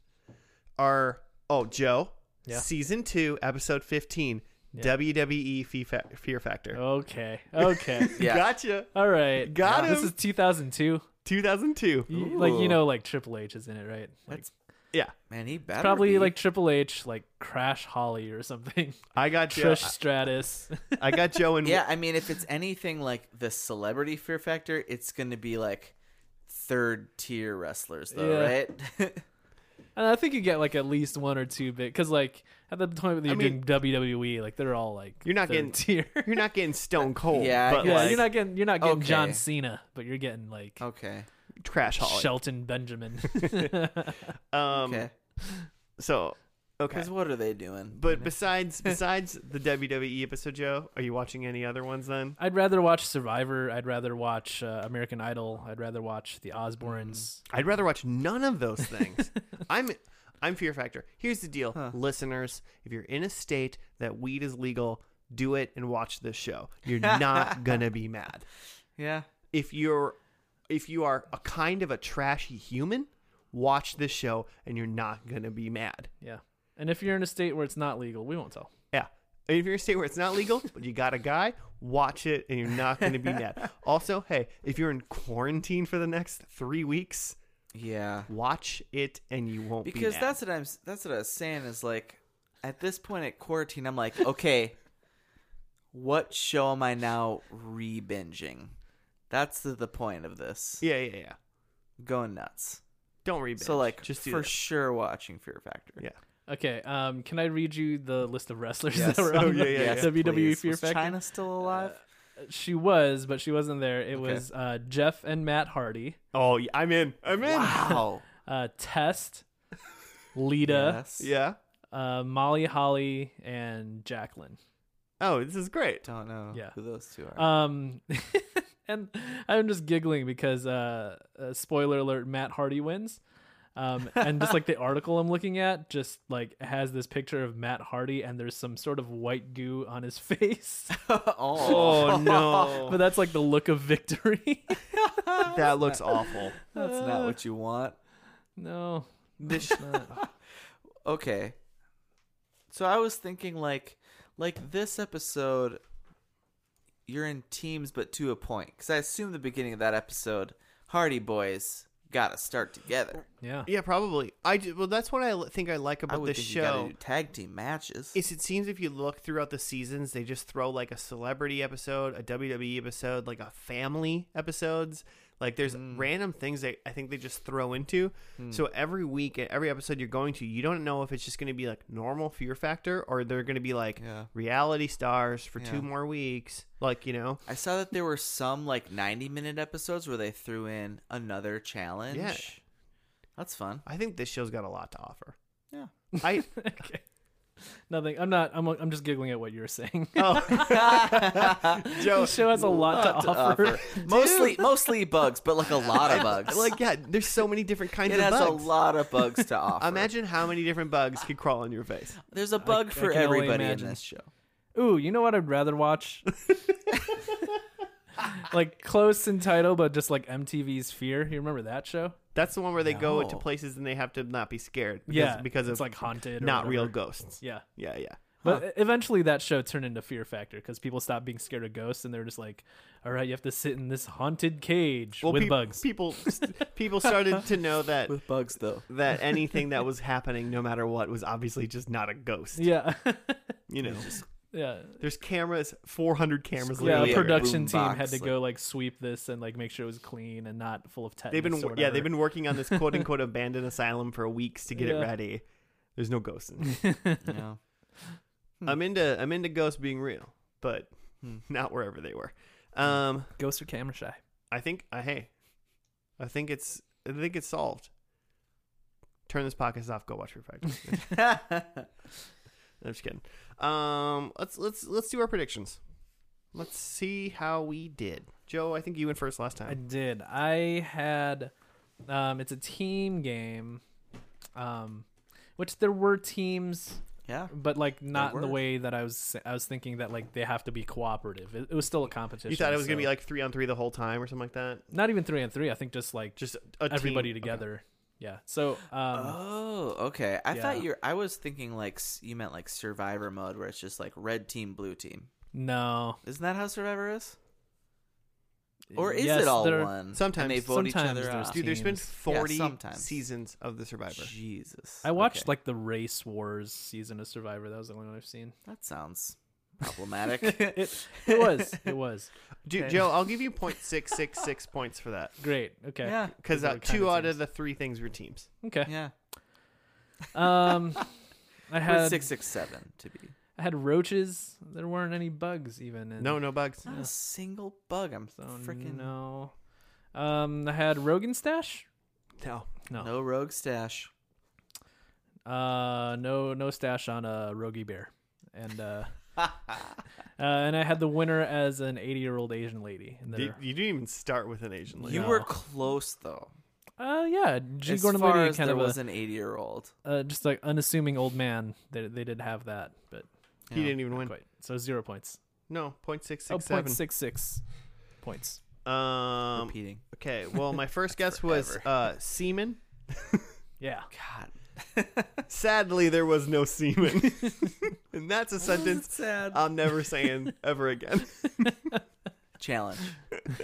S1: are. Oh, Joe.
S3: Yeah.
S1: Season two, episode fifteen, WWE Fe- Fa- Fear Factor.
S3: Oh. Okay. Okay.
S2: Yeah.
S1: Gotcha.
S3: All right.
S1: Got
S3: This
S1: him.
S3: is 2002.
S1: 2002.
S3: You- Like you
S2: Ooh.
S3: know, like Triple H is in it, right? Like,
S2: That's
S1: Yeah,
S2: man, he better
S3: probably
S2: be.
S3: like Triple H, like Crash Holly or something.
S1: I got Joe.
S3: Trish Stratus.
S1: I got Joe and
S2: yeah. I mean, if it's anything like the Celebrity Fear Factor, it's gonna be like third tier wrestlers, though,
S3: Yeah.
S2: right?
S3: and I think you get like at least one or two bit because like at the point that you're
S1: I mean-
S3: doing WWE, like they're all like
S1: You're not
S3: third
S1: getting-
S3: tier.
S1: You're not getting Stone Cold.
S2: Yeah,
S1: but
S3: yeah,
S1: like
S3: you're not getting you're not getting John
S2: Okay. Oh,
S3: Cena, but you're getting like
S2: okay.
S1: Trash Holly.
S3: Shelton Benjamin.
S1: Um,
S2: Okay.
S1: So okay.
S2: Because what are they doing?
S1: But besides besides the WWE episode, Joe, are you watching any other ones then?
S3: I'd rather watch Survivor. I'd rather watch uh, American Idol. I'd rather watch The Osbournes.
S2: Mm-hmm.
S1: I'd rather watch none of those things. I'm I'm Fear Factor. Here's the deal, listeners. If you're in a state that weed is legal, do it and watch this show. You're not gonna be mad.
S2: Yeah.
S1: If you're if you are a kind of a trashy human, watch this show and you're not gonna be mad.
S3: Yeah. And if you're in a state where it's not legal, we won't tell.
S1: Yeah. And if you're in a state where it's not legal, but you got a guy, watch it and you're not going to be mad. Also, hey, if you're in quarantine for the next three weeks,
S2: Yeah.
S1: watch it and you won't be
S2: Because
S1: mad.
S2: that's what I'm s- that's what I was saying is like at this point at quarantine I'm like, okay, what show am I now re-binging? That's the, the point of this.
S1: yeah, yeah, yeah.
S2: Going nuts.
S1: Don't read.
S2: So like
S1: just do
S2: for
S1: that.
S2: sure watching Fear Factor.
S1: Yeah.
S3: Okay. Um, can I read you the list of wrestlers
S2: Yes.
S3: that were
S1: Oh,
S3: on the
S1: yeah, E yeah, yeah.
S3: WWE
S2: please.
S3: Fear
S2: Was
S3: Factor? Uh,
S2: China
S1: Uh,
S2: still alive?
S3: She was, but she wasn't there. It
S2: Okay.
S3: was uh, Jeff and Matt Hardy,
S1: Oh, yeah, I'm in. I'm in.
S2: wow.
S3: uh, Test, Lita,
S2: Yes.
S1: Yeah.
S3: uh, Molly Holly, and Jacqueline.
S1: Oh, this is great.
S2: Don't know
S3: Yeah.
S2: who those two
S1: Uh,
S2: are.
S3: Um, and I'm just giggling because, uh, uh, spoiler alert, Matt Hardy wins. Um, and just like the article I'm looking at, just like has this picture of Matt Hardy, and there's some sort of white goo on his face.
S1: Oh no,
S3: but that's like the look of victory.
S1: that looks awful.
S2: that's not what you want.
S3: no,
S1: This
S2: Okay. So I was thinking like like this episode you're in teams but to a point cuz I assume the beginning of that episode Hardy Boys got to start together.
S3: yeah,
S1: yeah, probably. I ju- well, that's what I li- think I like
S2: I
S1: about
S2: would
S1: this
S2: think you gotta
S1: show.
S2: do tag team matches.
S1: Is it seems if you look throughout the seasons, they just throw like a celebrity episode, a WWE episode, like a family episodes. Like there's random things that I think they just throw into. So every week, every episode you're going to, you don't know if it's just going to be like normal Fear Factor or they're going to be like
S2: Yeah.
S1: reality stars for
S2: Yeah.
S1: two more weeks. Like you know,
S2: I saw that there were some like 90 minute episodes where they threw in another challenge.
S1: Yeah.
S2: That's fun.
S1: I think this show's got a lot to offer.
S2: Yeah.
S1: I
S3: okay. Nothing. I'm not. I'm. I'm just giggling at what you were saying.
S1: oh Joe,
S3: this show has a lot, to, offer.
S2: mostly mostly bugs, but like a lot of bugs.
S1: like yeah, there's so many different kinds
S2: it
S1: of
S2: has
S1: bugs.
S2: a lot of bugs to offer.
S1: Imagine how many different bugs could crawl on your face.
S2: there's a bug
S3: I
S2: for
S3: can only
S2: everybody in
S3: imagine.
S2: this show.
S3: Ooh, you know what I'd rather watch? like close in title, but just like MTV's Fear. You remember that show?
S1: That's the one where they go to
S2: No.
S1: places and they have to not be scared. Because,
S3: Yeah,
S1: because
S3: it's
S1: of
S3: like haunted or
S1: not real
S3: whatever.
S1: ghosts.
S3: Yeah.
S1: Yeah, yeah.
S3: But eventually that show turned into Fear Factor because people stopped being scared of ghosts and they're just like, all right, you have to sit in this haunted cage with
S1: peop-
S3: bugs.
S1: People, people started to know that
S2: With bugs though.
S1: that anything that was happening, no matter what, was obviously just not a ghost.
S3: yeah.
S1: You know,
S3: yeah.
S1: there's cameras, 400 cameras.
S3: Yeah,
S1: literally
S3: the
S2: a
S1: everywhere.
S3: production
S2: boom
S3: team
S2: box,
S3: had to
S2: like-
S3: go like sweep this and like make sure it was clean and not full of tetanus.
S1: They've been,
S3: or
S1: yeah, they've
S3: whatever.
S1: been working on this quote unquote abandoned asylum for weeks to get it
S3: Yeah.
S1: ready. There's no ghosts. In it.
S2: Yeah.
S3: Hmm.
S1: I'm into, I'm into ghosts being real, but not wherever they were.
S3: Hmm.
S1: Um,
S3: ghosts are camera shy.
S1: I think uh, hey, I think it's I think it's solved. Turn this podcast off. Go watch Fear Factor. I'm just kidding. Um, let's let's let's do our predictions. Let's see how we did. Joe, I think you went first last
S3: I
S1: time.
S3: did. I had. Um, it's a team game, um, which there were teams,
S2: yeah.
S3: but like not in the
S2: were.
S3: way that I was. I was thinking that like they have to be cooperative. It, it was still a competition.
S1: You thought it was gonna
S3: so-
S1: be like three on three the whole time or something like that.
S3: not even three on three. I think just like
S1: Just a
S3: everybody
S1: team. Uh,
S3: together. Yeah. So um,
S2: Oh, okay. I
S3: Yeah.
S2: thought you're. I was thinking like s- you meant like Survivor mode, where it's just like red team, blue team.
S3: no.
S2: Isn't that how Survivor is? Or is
S3: Yes,
S2: it all
S3: there-
S2: one?
S1: Sometimes-
S2: and they vote each
S3: sometimes
S2: other
S3: there's
S2: out.
S1: Dude, there's been
S3: Teams.
S1: forty
S2: sometimes.
S1: seasons of The Survivor.
S2: Jesus.
S3: I watched
S2: Okay.
S3: like the Race Wars season of Survivor. That was the only one I've seen.
S2: That sounds problematic.
S3: It it was it was
S1: Dude, Joe, I'll give you point six six six points for that
S3: great. Okay.
S2: yeah.
S1: because uh,
S3: Those are the kind
S1: two
S3: of
S1: out
S3: teams.
S1: of the three things were teams.
S3: Okay.
S2: Yeah.
S3: Um, I
S2: Or
S3: had
S2: six six seven to be.
S3: I had roaches. There weren't any bugs even. In,
S1: No, no bugs.
S2: Not a single bug. I'm
S3: so
S2: freaking no.
S3: no. Um, I had Rogan stash.
S1: No.
S3: No.
S2: rogue stash.
S3: Uh, no, no stash on a rogie bear, and uh, uh, and I had the winner as an eighty-year-old Asian lady. And
S1: Did,
S3: there,
S1: you didn't even start with an Asian lady.
S2: You
S3: No.
S2: were close though.
S3: uh, yeah, G
S2: as
S3: Gordon
S2: far
S3: Liddy
S2: as
S3: kind
S2: there
S3: of
S2: was
S3: a,
S2: an eighty year old.
S3: uh, just like unassuming old man. They they did have that, but
S1: He didn't even
S3: not
S1: win.
S3: quite. So zero points.
S1: No, point six
S3: Oh,
S1: six
S3: point
S1: seven.
S3: six six points.
S1: Um,
S2: repeating.
S1: okay. Well, my first guess was
S2: Forever.
S1: uh, semen.
S3: Yeah.
S2: God.
S1: Sadly, there was no semen, and that's a sentence
S2: sad.
S1: I'm never saying ever again.
S2: Challenge.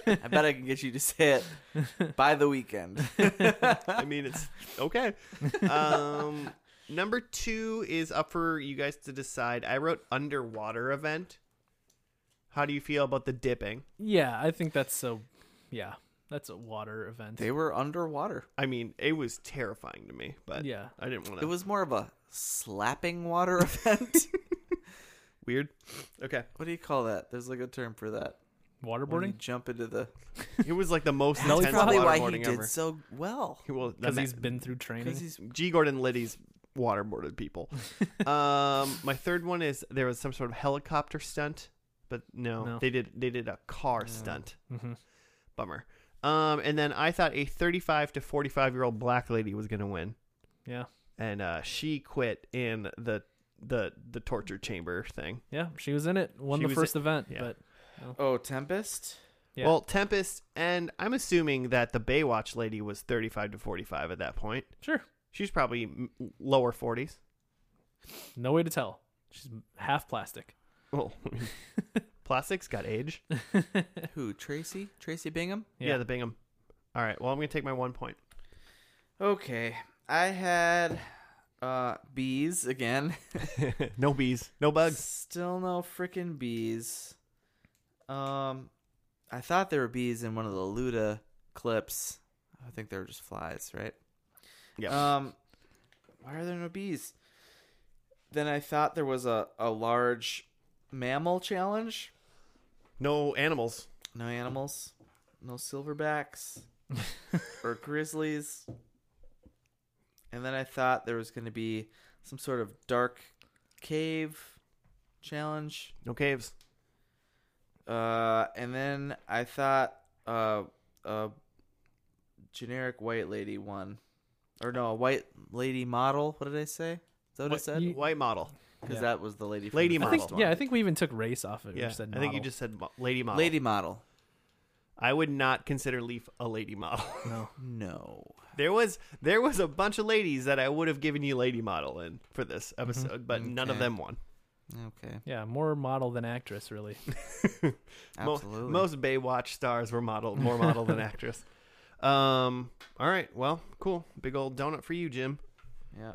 S2: I bet I can get you to say it by the weekend.
S1: I mean, it's okay. Um, number two is up for you guys to decide. I wrote underwater event. How do you feel about the dipping?
S3: Yeah, I think that's a yeah, that's a water event.
S2: They were underwater.
S1: I mean, it was terrifying to me, but
S3: Yeah.
S1: I didn't want
S2: It
S1: to.
S2: was more of a slapping water event.
S1: weird. Okay,
S2: what do you call that? There's like a term for that. When you
S3: Waterboarding?
S2: jump into the.
S1: it was like the most
S2: That's
S1: intense
S2: probably why he
S1: waterboarding
S2: did
S1: ever.
S2: so well.
S1: Well,
S3: Because
S1: the
S3: he's
S1: ma-
S3: been through training.
S2: Because he's
S1: G. Gordon Liddy's waterboarded people. um, my third one is there was some sort of helicopter stunt, but no,
S3: No.
S1: they did they did a car stunt.
S3: hmm
S1: Bummer. Um, and then I thought a 35 to 45 year old black lady was gonna win,
S3: Yeah.
S1: and uh, she quit in the the the torture chamber thing.
S3: Yeah, she was in it. Won
S1: She
S3: the
S1: was
S3: first event,
S1: yeah.
S3: but
S2: Oh, Tempest?
S3: Yeah.
S1: Well, Tempest, and I'm assuming that the Baywatch lady was 35 to 45 at that point.
S3: sure.
S1: She's probably m- lower 40s.
S3: No way to tell. She's half plastic.
S1: Well, plastics got age. Yeah.
S2: Who? Tracy? Tracy Bingham?
S3: Yeah.
S1: the Bingham. All right. Well, I'm gonna take my one point.
S2: Okay. I had uh bees again.
S1: no bees, no bugs.
S2: Still no freaking bees. Um I thought there were bees in one of the Luda clips. I think they were just flies, right?
S3: Uh,
S1: Yep.
S2: Um, why are there no bees? Then I thought there was a, a large mammal challenge.
S1: no animals.
S2: No animals, no silverbacks or grizzlies. And then I thought there was going to be some sort of dark cave challenge.
S1: No caves.
S2: Uh, and then I thought uh, a generic white lady won. Or no, a white lady model. What did I say? Is that what, I
S1: White,
S2: said?
S1: white model.
S2: Because
S3: Yeah.
S2: that was the lady. From
S1: Lady
S2: the
S3: I
S2: first
S1: model.
S3: think,
S2: one.
S3: yeah, I think we even took race off it. We
S1: Yeah.
S3: just said
S1: I think you
S3: model.
S1: just said mo- lady model.
S2: lady model.
S1: I would not consider Leaf a lady model.
S3: no.
S2: No,
S1: there was there was a bunch of ladies that I would have given you lady model in for this episode, but none of
S2: Okay.
S1: them won.
S2: okay,
S3: Yeah, more model than actress, really.
S1: Mo-
S2: absolutely.
S1: most Baywatch stars were model more model than actress. Um. All right. Well. Cool. Big old donut for you, Jim.
S2: yeah,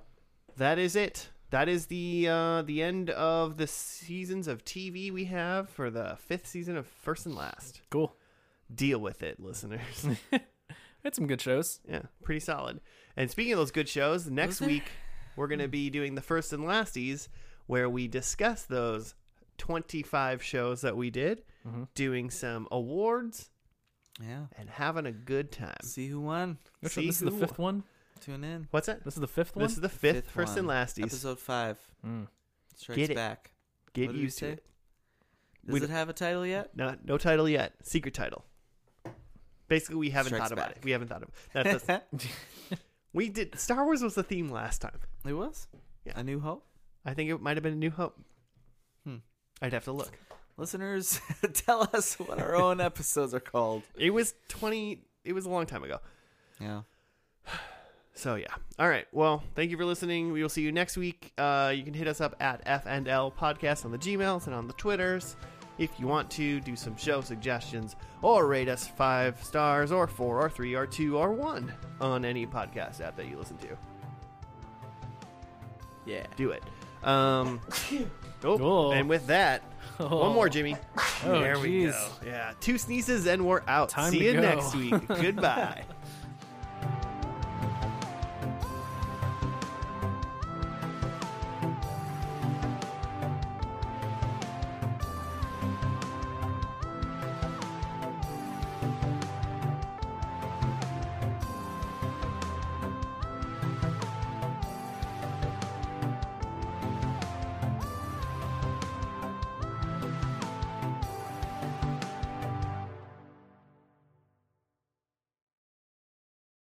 S1: that is it. That is the uh, the end of the seasons of TV we have for the fifth season of First and Last.
S3: Cool.
S1: Deal with it, listeners.
S3: Had some good shows.
S1: yeah, pretty solid. And speaking of those good shows, next
S2: Was there-
S1: week we're gonna be doing the First and Lasties, where we discuss those twenty five shows that we did, doing some awards
S2: yeah.
S1: and having a good time.
S2: See who won.
S3: Which
S1: See
S3: one? This is
S1: who-
S3: the fifth one.
S2: Tune in.
S1: What's that?
S3: This is the fifth one.
S1: This is the fifth, First and
S2: one.
S1: Lasties.
S2: episode five.
S3: Mm.
S2: Strikes
S1: Get it.
S2: back.
S1: Get
S2: What did we
S1: used to
S2: say?
S1: it.
S2: Does
S1: We
S2: it
S1: don't-
S2: have a title yet?
S1: No, no title yet. Secret title. Basically, we haven't
S2: Strikes
S1: thought about
S2: back.
S1: it. We haven't thought of that. That's, we did. Star Wars was the theme last time.
S2: It was.
S1: Yeah.
S2: A new hope.
S1: I think it might have been A New Hope.
S2: Hmm.
S1: I'd have to look.
S2: Listeners, tell us what our own episodes are called.
S1: It was twenty. It was a long time ago.
S2: Yeah.
S1: So yeah. All right. Well, thank you for listening. We will see you next week. Uh, you can hit us up at FNL Podcast on the Gmails and on the Twitters. If you want to do some show suggestions or rate us five stars or four or three or two or one on any podcast app that you listen to,
S2: Yeah.
S1: do it. Um, oh,
S3: Oh.
S1: And with that, one more, Jimmy.
S3: Oh,
S1: there we
S3: jeez.
S1: go. Yeah, two sneezes and we're out.
S3: Time
S1: See
S3: to
S1: you
S3: go.
S1: next week. Goodbye.